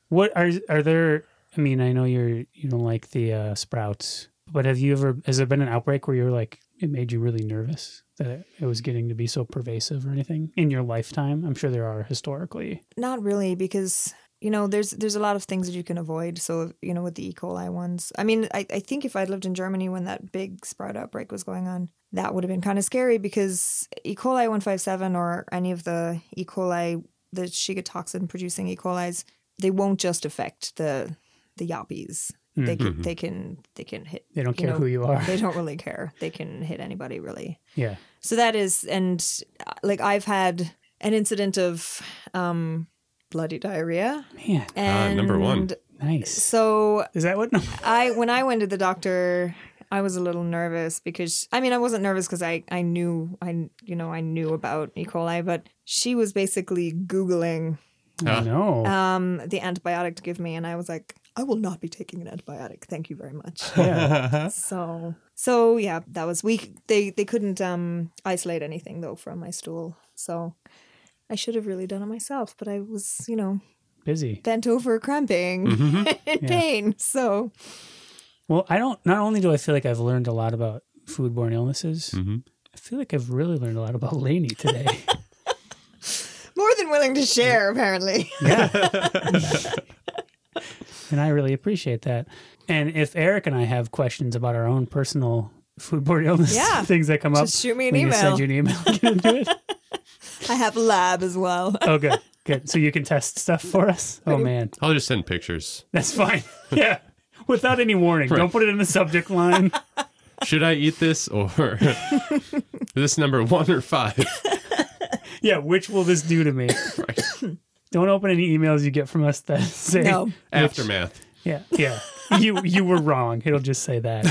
Speaker 2: What are are there? I mean, I know you're you don't like the uh, sprouts, but have you ever? Has there been an outbreak where you're like it made you really nervous that it, it was getting to be so pervasive or anything in your lifetime? I'm sure there are historically.
Speaker 3: Not really, because you know there's there's a lot of things that you can avoid. So you know with the E. coli ones, I mean, I, I think if I'd lived in Germany when that big sprout outbreak was going on, that would have been kind of scary because E. coli one five seven or any of the E. coli the Shiga toxin producing E. coli's, they won't just affect the the yappies.
Speaker 1: Mm-hmm.
Speaker 3: They can they can they can hit
Speaker 2: They don't
Speaker 3: you
Speaker 2: care
Speaker 3: know,
Speaker 2: who you are.
Speaker 3: they don't really care. They can hit anybody really.
Speaker 2: yeah.
Speaker 3: So that is, and uh, like I've had an incident of um, bloody diarrhea.
Speaker 2: Man,
Speaker 1: Ah,
Speaker 3: And
Speaker 1: number one.
Speaker 2: nice.
Speaker 3: So
Speaker 2: Is that what?
Speaker 3: I when I went to the doctor, I was a little nervous because I mean I wasn't nervous because I I knew I you know I knew about E. coli, but she was basically googling
Speaker 1: Ah.
Speaker 2: no.
Speaker 3: um, the antibiotic to give me, and I was like, I will not be taking an antibiotic. Thank you very much.
Speaker 2: Uh-huh.
Speaker 1: Yeah.
Speaker 3: So so yeah, that was we they they couldn't um isolate anything though from my stool. So I should have really done it myself, but I was, you know,
Speaker 2: Busy.
Speaker 3: bent over cramping in
Speaker 2: Yeah.
Speaker 3: pain. So
Speaker 2: Well, I don't. Not only do I feel like I've learned a lot about foodborne illnesses,
Speaker 1: Mhm.
Speaker 2: I feel like I've really learned a lot about Laney today.
Speaker 3: more than willing to share apparently.
Speaker 2: and I really appreciate that. And if Eric and I have questions about our own personal foodborne illness
Speaker 3: Yeah.
Speaker 2: things that come up,
Speaker 3: Just shoot me an
Speaker 2: we can send you
Speaker 3: email.
Speaker 2: an email. Can do it.
Speaker 3: I have a lab as well.
Speaker 2: Oh, good, good. So you can test stuff for us. Oh man,
Speaker 1: I'll just send pictures.
Speaker 2: that's fine. Yeah, without any warning. Don't put it in the subject line.
Speaker 1: Should I eat this or this number one or five?
Speaker 2: yeah, which will this do to me?
Speaker 1: Right.
Speaker 2: Don't open any emails you get from us that say,
Speaker 3: No.
Speaker 1: Aftermath.
Speaker 2: Yeah, yeah. you you were wrong. It'll just say that.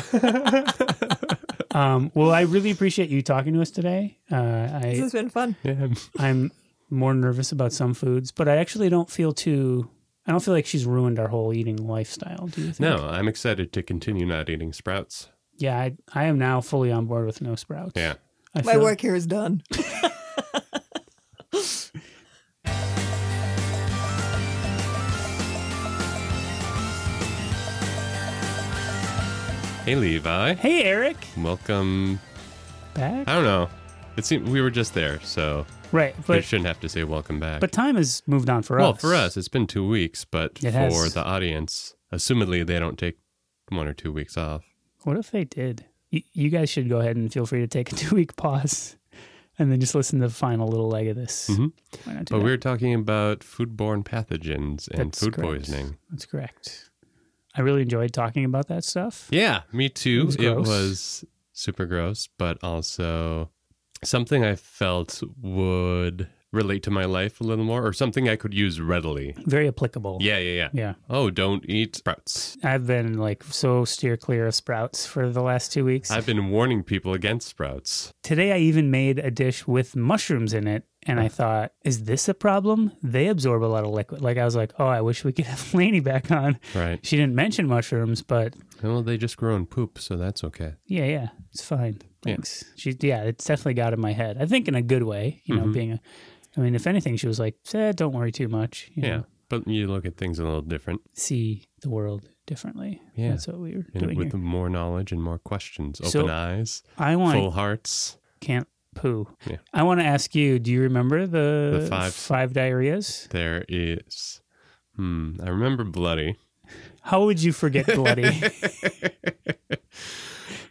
Speaker 2: um, well, I really appreciate you talking to us today. Uh,
Speaker 3: This
Speaker 2: I
Speaker 3: has been fun.
Speaker 1: Yeah.
Speaker 2: I'm more nervous about some foods, but I actually don't feel too. I don't feel like she's ruined our whole eating lifestyle. Do you think?
Speaker 1: No, I'm excited to continue not eating sprouts.
Speaker 2: Yeah, I I am now fully on board with no sprouts.
Speaker 1: Yeah.
Speaker 2: I
Speaker 3: My
Speaker 2: feel-
Speaker 3: work here is done.
Speaker 1: Hey, Levi.
Speaker 2: Hey, Eric.
Speaker 1: Welcome.
Speaker 2: Back.
Speaker 1: I don't know. It seemed we were just there, so
Speaker 2: Right,
Speaker 1: I
Speaker 2: but
Speaker 1: shouldn't have to say welcome back.
Speaker 2: but time has moved on for
Speaker 1: well,
Speaker 2: us.
Speaker 1: for us, it's been two weeks, but
Speaker 2: It
Speaker 1: for
Speaker 2: has.
Speaker 1: the audience, assumedly they don't take one or two weeks off.
Speaker 2: What if they did? You, you guys should go ahead and feel free to take a two week pause, and then just listen to the final little leg of this.
Speaker 1: Mhm.
Speaker 2: Why not do
Speaker 1: But
Speaker 2: that?
Speaker 1: we were talking about foodborne pathogens and
Speaker 2: That's
Speaker 1: food
Speaker 2: correct.
Speaker 1: poisoning.
Speaker 2: That's correct. I really enjoyed talking about that stuff.
Speaker 1: Yeah, me too.
Speaker 2: It was
Speaker 1: It
Speaker 2: gross.
Speaker 1: was super gross, but also something I felt would relate to my life a little more, or something I could use readily.
Speaker 2: Very applicable.
Speaker 1: Yeah, yeah, yeah.
Speaker 2: Yeah.
Speaker 1: Oh, don't eat sprouts.
Speaker 2: I've been like so steer clear of sprouts for the last two weeks.
Speaker 1: I've been warning people against sprouts.
Speaker 2: Today I even made a dish with mushrooms in it. And I thought, is this a problem? They absorb a lot of liquid. Like I was like, oh, I wish we could have Lainey back on.
Speaker 1: Right.
Speaker 2: She didn't mention mushrooms, but
Speaker 1: Well, they just grow and poop, so that's okay.
Speaker 2: yeah, yeah, it's fine.
Speaker 1: Yeah.
Speaker 2: Thanks. She, yeah, it's definitely got in my
Speaker 1: Mm-hmm.
Speaker 2: head. I think in a good way, you know, being a, I mean, if anything, she was like, eh, don't worry too much. You
Speaker 1: Yeah.
Speaker 2: Know?
Speaker 1: But you look at things a little different.
Speaker 2: see the world differently.
Speaker 1: Yeah.
Speaker 2: That's what we were
Speaker 1: And
Speaker 2: doing
Speaker 1: with
Speaker 2: here.
Speaker 1: more knowledge and more questions, open
Speaker 2: So-
Speaker 1: eyes,
Speaker 2: I want
Speaker 1: full hearts.
Speaker 2: can't poo.
Speaker 1: Yeah.
Speaker 2: I want to ask you, do you remember the,
Speaker 1: The five-
Speaker 2: five diarrheas?
Speaker 1: There is. Hmm. I remember bloody.
Speaker 2: How would you forget bloody?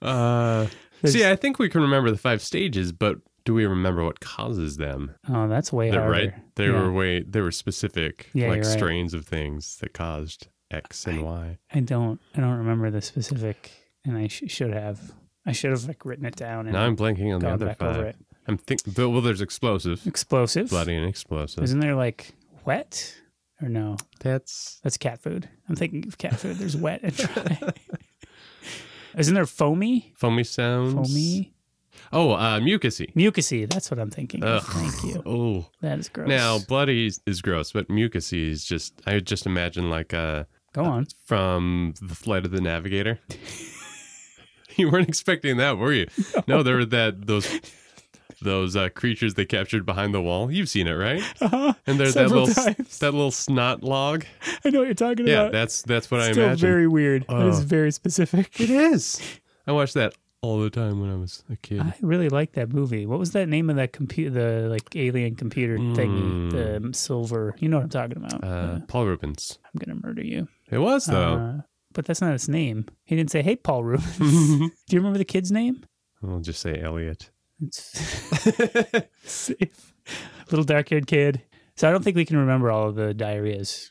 Speaker 1: Uh,
Speaker 2: There's-
Speaker 1: see, I think we can remember the five stages, but do we remember what causes them?
Speaker 2: oh, that's way
Speaker 1: They're
Speaker 2: harder.
Speaker 1: right. They
Speaker 2: Yeah.
Speaker 1: were way. They were specific,
Speaker 2: Yeah,
Speaker 1: like
Speaker 2: you're right.
Speaker 1: strains of things that caused X and Y.
Speaker 2: I don't. I don't remember the specific, and I sh- should have. I should have like written it down and
Speaker 1: Now I'm blanking on the
Speaker 2: gone
Speaker 1: other
Speaker 2: back over
Speaker 1: five.
Speaker 2: it.
Speaker 1: I'm thinking. Well, there's explosive,
Speaker 2: Explosive.
Speaker 1: bloody, and explosive.
Speaker 2: Isn't there like wet or no?
Speaker 1: That's
Speaker 2: That's cat food. I'm thinking of cat food. There's wet and dry. Isn't there foamy?
Speaker 1: foamy sounds.
Speaker 2: Foamy,
Speaker 1: Oh, uh, mucusy.
Speaker 2: mucusy. That's what I'm thinking. of.
Speaker 1: Ugh.
Speaker 2: Thank you.
Speaker 1: Oh.
Speaker 2: That is gross.
Speaker 1: Now, bloody is- is gross, but mucusy is just, I would just imagine like uh,
Speaker 2: go on.
Speaker 1: from the flight of the navigator. you weren't expecting that, were you? No, there were that, those. Those uh, creatures they captured behind the wall. You've seen it, right?
Speaker 2: Uh-huh.
Speaker 1: And there's that
Speaker 2: Several
Speaker 1: little
Speaker 2: times.
Speaker 1: that little snot log.
Speaker 2: I know what you're talking
Speaker 1: Yeah,
Speaker 2: about.
Speaker 1: that's that's what I
Speaker 2: Still
Speaker 1: imagine.
Speaker 2: very weird. That is
Speaker 1: Ugh.
Speaker 2: very specific.
Speaker 1: It is. I watched that all the time when I was a kid.
Speaker 2: I really like that movie. What was that name of that computer? The like alien computer
Speaker 1: Mm.
Speaker 2: thingy, the um, silver. You know what I'm talking about.
Speaker 1: uh,
Speaker 2: Uh,
Speaker 1: Paul Rubens.
Speaker 2: I'm gonna murder you.
Speaker 1: It was though.
Speaker 2: Uh, but that's not his name. He didn't say, "Hey, Paul Rubens." Do you remember the kid's name?
Speaker 1: I'll just say Elliot.
Speaker 2: It's safe. Little dark-haired kid. So I don't think we can remember all of the diarrheas.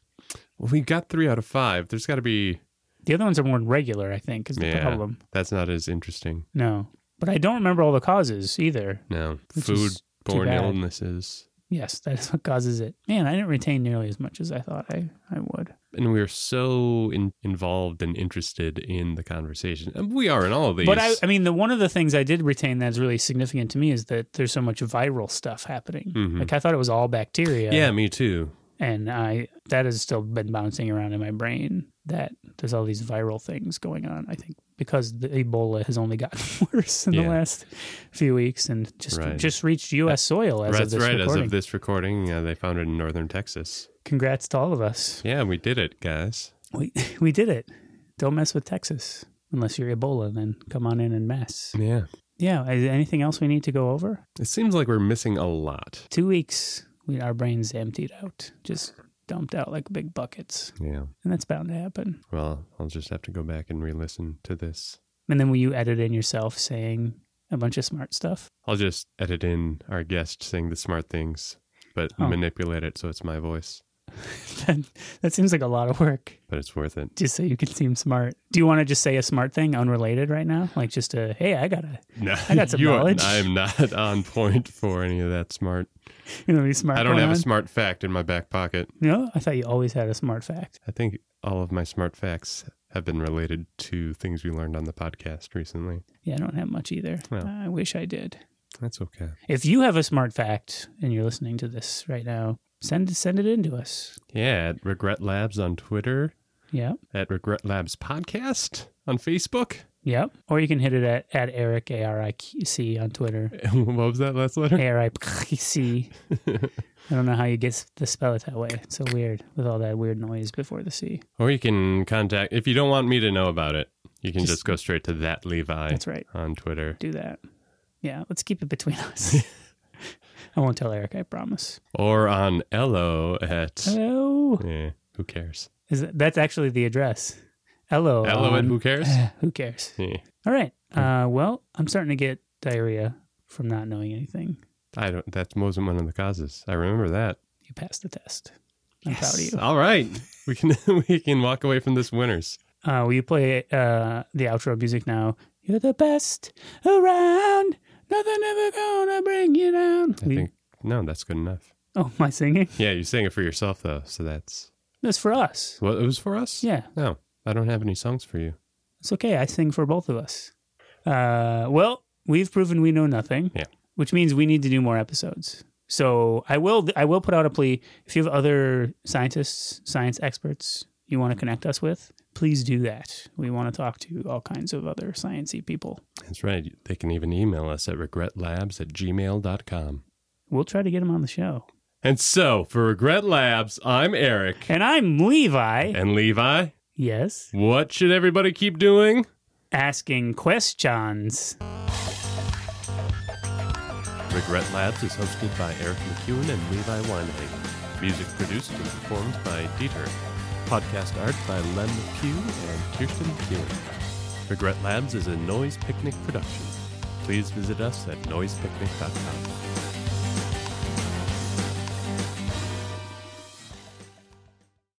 Speaker 1: Well, we got three out of five. There's got to be.
Speaker 2: The other ones are more regular, I think, is the
Speaker 1: Yeah.
Speaker 2: problem.
Speaker 1: That's not as interesting.
Speaker 2: No, but I don't remember all the causes either.
Speaker 1: No.
Speaker 2: Which
Speaker 1: Food
Speaker 2: is too
Speaker 1: borne
Speaker 2: bad.
Speaker 1: illnesses.
Speaker 2: Yes, that is what causes it. Man, I didn't retain nearly as much as I thought I, I would.
Speaker 1: And we are so in- involved and interested in the conversation. And we are in all of these.
Speaker 2: But I, I mean, the one of the things I did retain that's really significant to me is that there's so much viral stuff happening.
Speaker 1: Mhm.
Speaker 2: Like I thought it was all bacteria.
Speaker 1: yeah, me too.
Speaker 2: and I that has still been bouncing around in my brain that there's all these viral things going on. I think because the Ebola has only gotten worse in
Speaker 1: Yeah.
Speaker 2: the last few weeks and just
Speaker 1: Right.
Speaker 2: just reached U.S. soil as of
Speaker 1: That's
Speaker 2: this
Speaker 1: right.
Speaker 2: recording.
Speaker 1: As of this recording, uh, they found it in northern Texas.
Speaker 2: Congrats to all of us.
Speaker 1: Yeah, we did it, guys.
Speaker 2: We we did it. Don't mess with Texas unless you're Ebola. Then come on in and mess.
Speaker 1: Yeah.
Speaker 2: Yeah. Is anything else we need to go over?
Speaker 1: It seems like we're missing a lot.
Speaker 2: Two weeks. We our brains emptied out, just dumped out like big buckets,
Speaker 1: Yeah.
Speaker 2: and that's bound to happen.
Speaker 1: Well, I'll just have to go back and re listen to this.
Speaker 2: And then will you edit in yourself saying a bunch of smart stuff?
Speaker 1: I'll just edit in our guest saying the smart things, but
Speaker 2: Oh.
Speaker 1: manipulate it so it's my voice.
Speaker 2: that, that seems like a lot of work.
Speaker 1: But it's worth it.
Speaker 2: Just so you can seem smart. Do you want to just say a smart thing unrelated right now? Like just a hey, I gotta
Speaker 1: No,
Speaker 2: I got some
Speaker 1: you are-
Speaker 2: knowledge.
Speaker 1: I am not on point for any of that smart.
Speaker 2: you know be smart.
Speaker 1: I don't
Speaker 2: going
Speaker 1: have a
Speaker 2: on?
Speaker 1: smart fact in my back pocket.
Speaker 2: No, I thought you always had a smart fact.
Speaker 1: I think all of my smart facts have been related to things we learned on the podcast recently.
Speaker 2: Yeah, I don't have much either.
Speaker 1: Well.
Speaker 2: I wish I did.
Speaker 1: That's okay.
Speaker 2: If you have a smart fact and you're listening to this right now, send send it in to us.
Speaker 1: Yeah, at Regret Labs on Twitter,
Speaker 2: Yep.
Speaker 1: at Regret Labs Podcast on Facebook.
Speaker 2: Yep. Or you can hit it at, at Eric A R I C on Twitter.
Speaker 1: what was that last letter?
Speaker 2: A R I C. I don't know how you get s- to spell it that way. It's so weird with all that weird noise before the C.
Speaker 1: Or you can contact, if you don't want me to know about it, you can just,
Speaker 2: Just-
Speaker 1: go straight to that Levi
Speaker 2: That's right.
Speaker 1: on Twitter.
Speaker 2: Do that. Yeah, let's keep it between us. I won't tell Eric, I promise.
Speaker 1: Or on Elo at,
Speaker 2: Hello.
Speaker 1: yeah, who cares?
Speaker 2: Is that, that's actually the address. Hello.
Speaker 1: Elo at
Speaker 2: on-
Speaker 1: who cares?
Speaker 2: Who cares?
Speaker 1: Yeah.
Speaker 2: All right. Uh, well, I'm starting to get diarrhea from not knowing anything.
Speaker 1: I don't. That wasn't one of the causes. I remember that.
Speaker 2: You passed the test. I'm proud of you.
Speaker 1: All right, we can we can walk away from this winners.
Speaker 2: Uh, will you play uh, the outro music now? You're the best around. Nothing ever gonna bring you down.
Speaker 1: I
Speaker 2: We-
Speaker 1: think no, that's good enough.
Speaker 2: oh, my singing?
Speaker 1: Yeah, you sang it for yourself though, so that's
Speaker 2: That's for us.
Speaker 1: well, it was for us.
Speaker 2: Yeah,
Speaker 1: No, I don't have any songs for you.
Speaker 2: it's okay. I sing for both of us. Uh, well, we've proven we know nothing.
Speaker 1: Yeah.
Speaker 2: Which means we need to do more episodes. So I will. I will put out a plea. If you have other scientists, science experts you want to connect us with, please do that. We want to talk to all kinds of other sciencey people.
Speaker 1: That's right. They can even email us at regretlabs at gmail.com.
Speaker 2: We'll try to get them on the show.
Speaker 1: And so, for Regret Labs, I'm Eric.
Speaker 2: And I'm Levi.
Speaker 1: And Levi,
Speaker 2: Yes.
Speaker 1: what should everybody keep doing?
Speaker 2: Asking questions.
Speaker 1: Regret Labs is hosted by Eric McEwen and Levi Weinheim. Music produced and performed by Dieter. Podcast art by Len McHugh and Kirsten Keeling. Regret Labs is a Noise Picnic production. Please visit us at noisepicnic.com.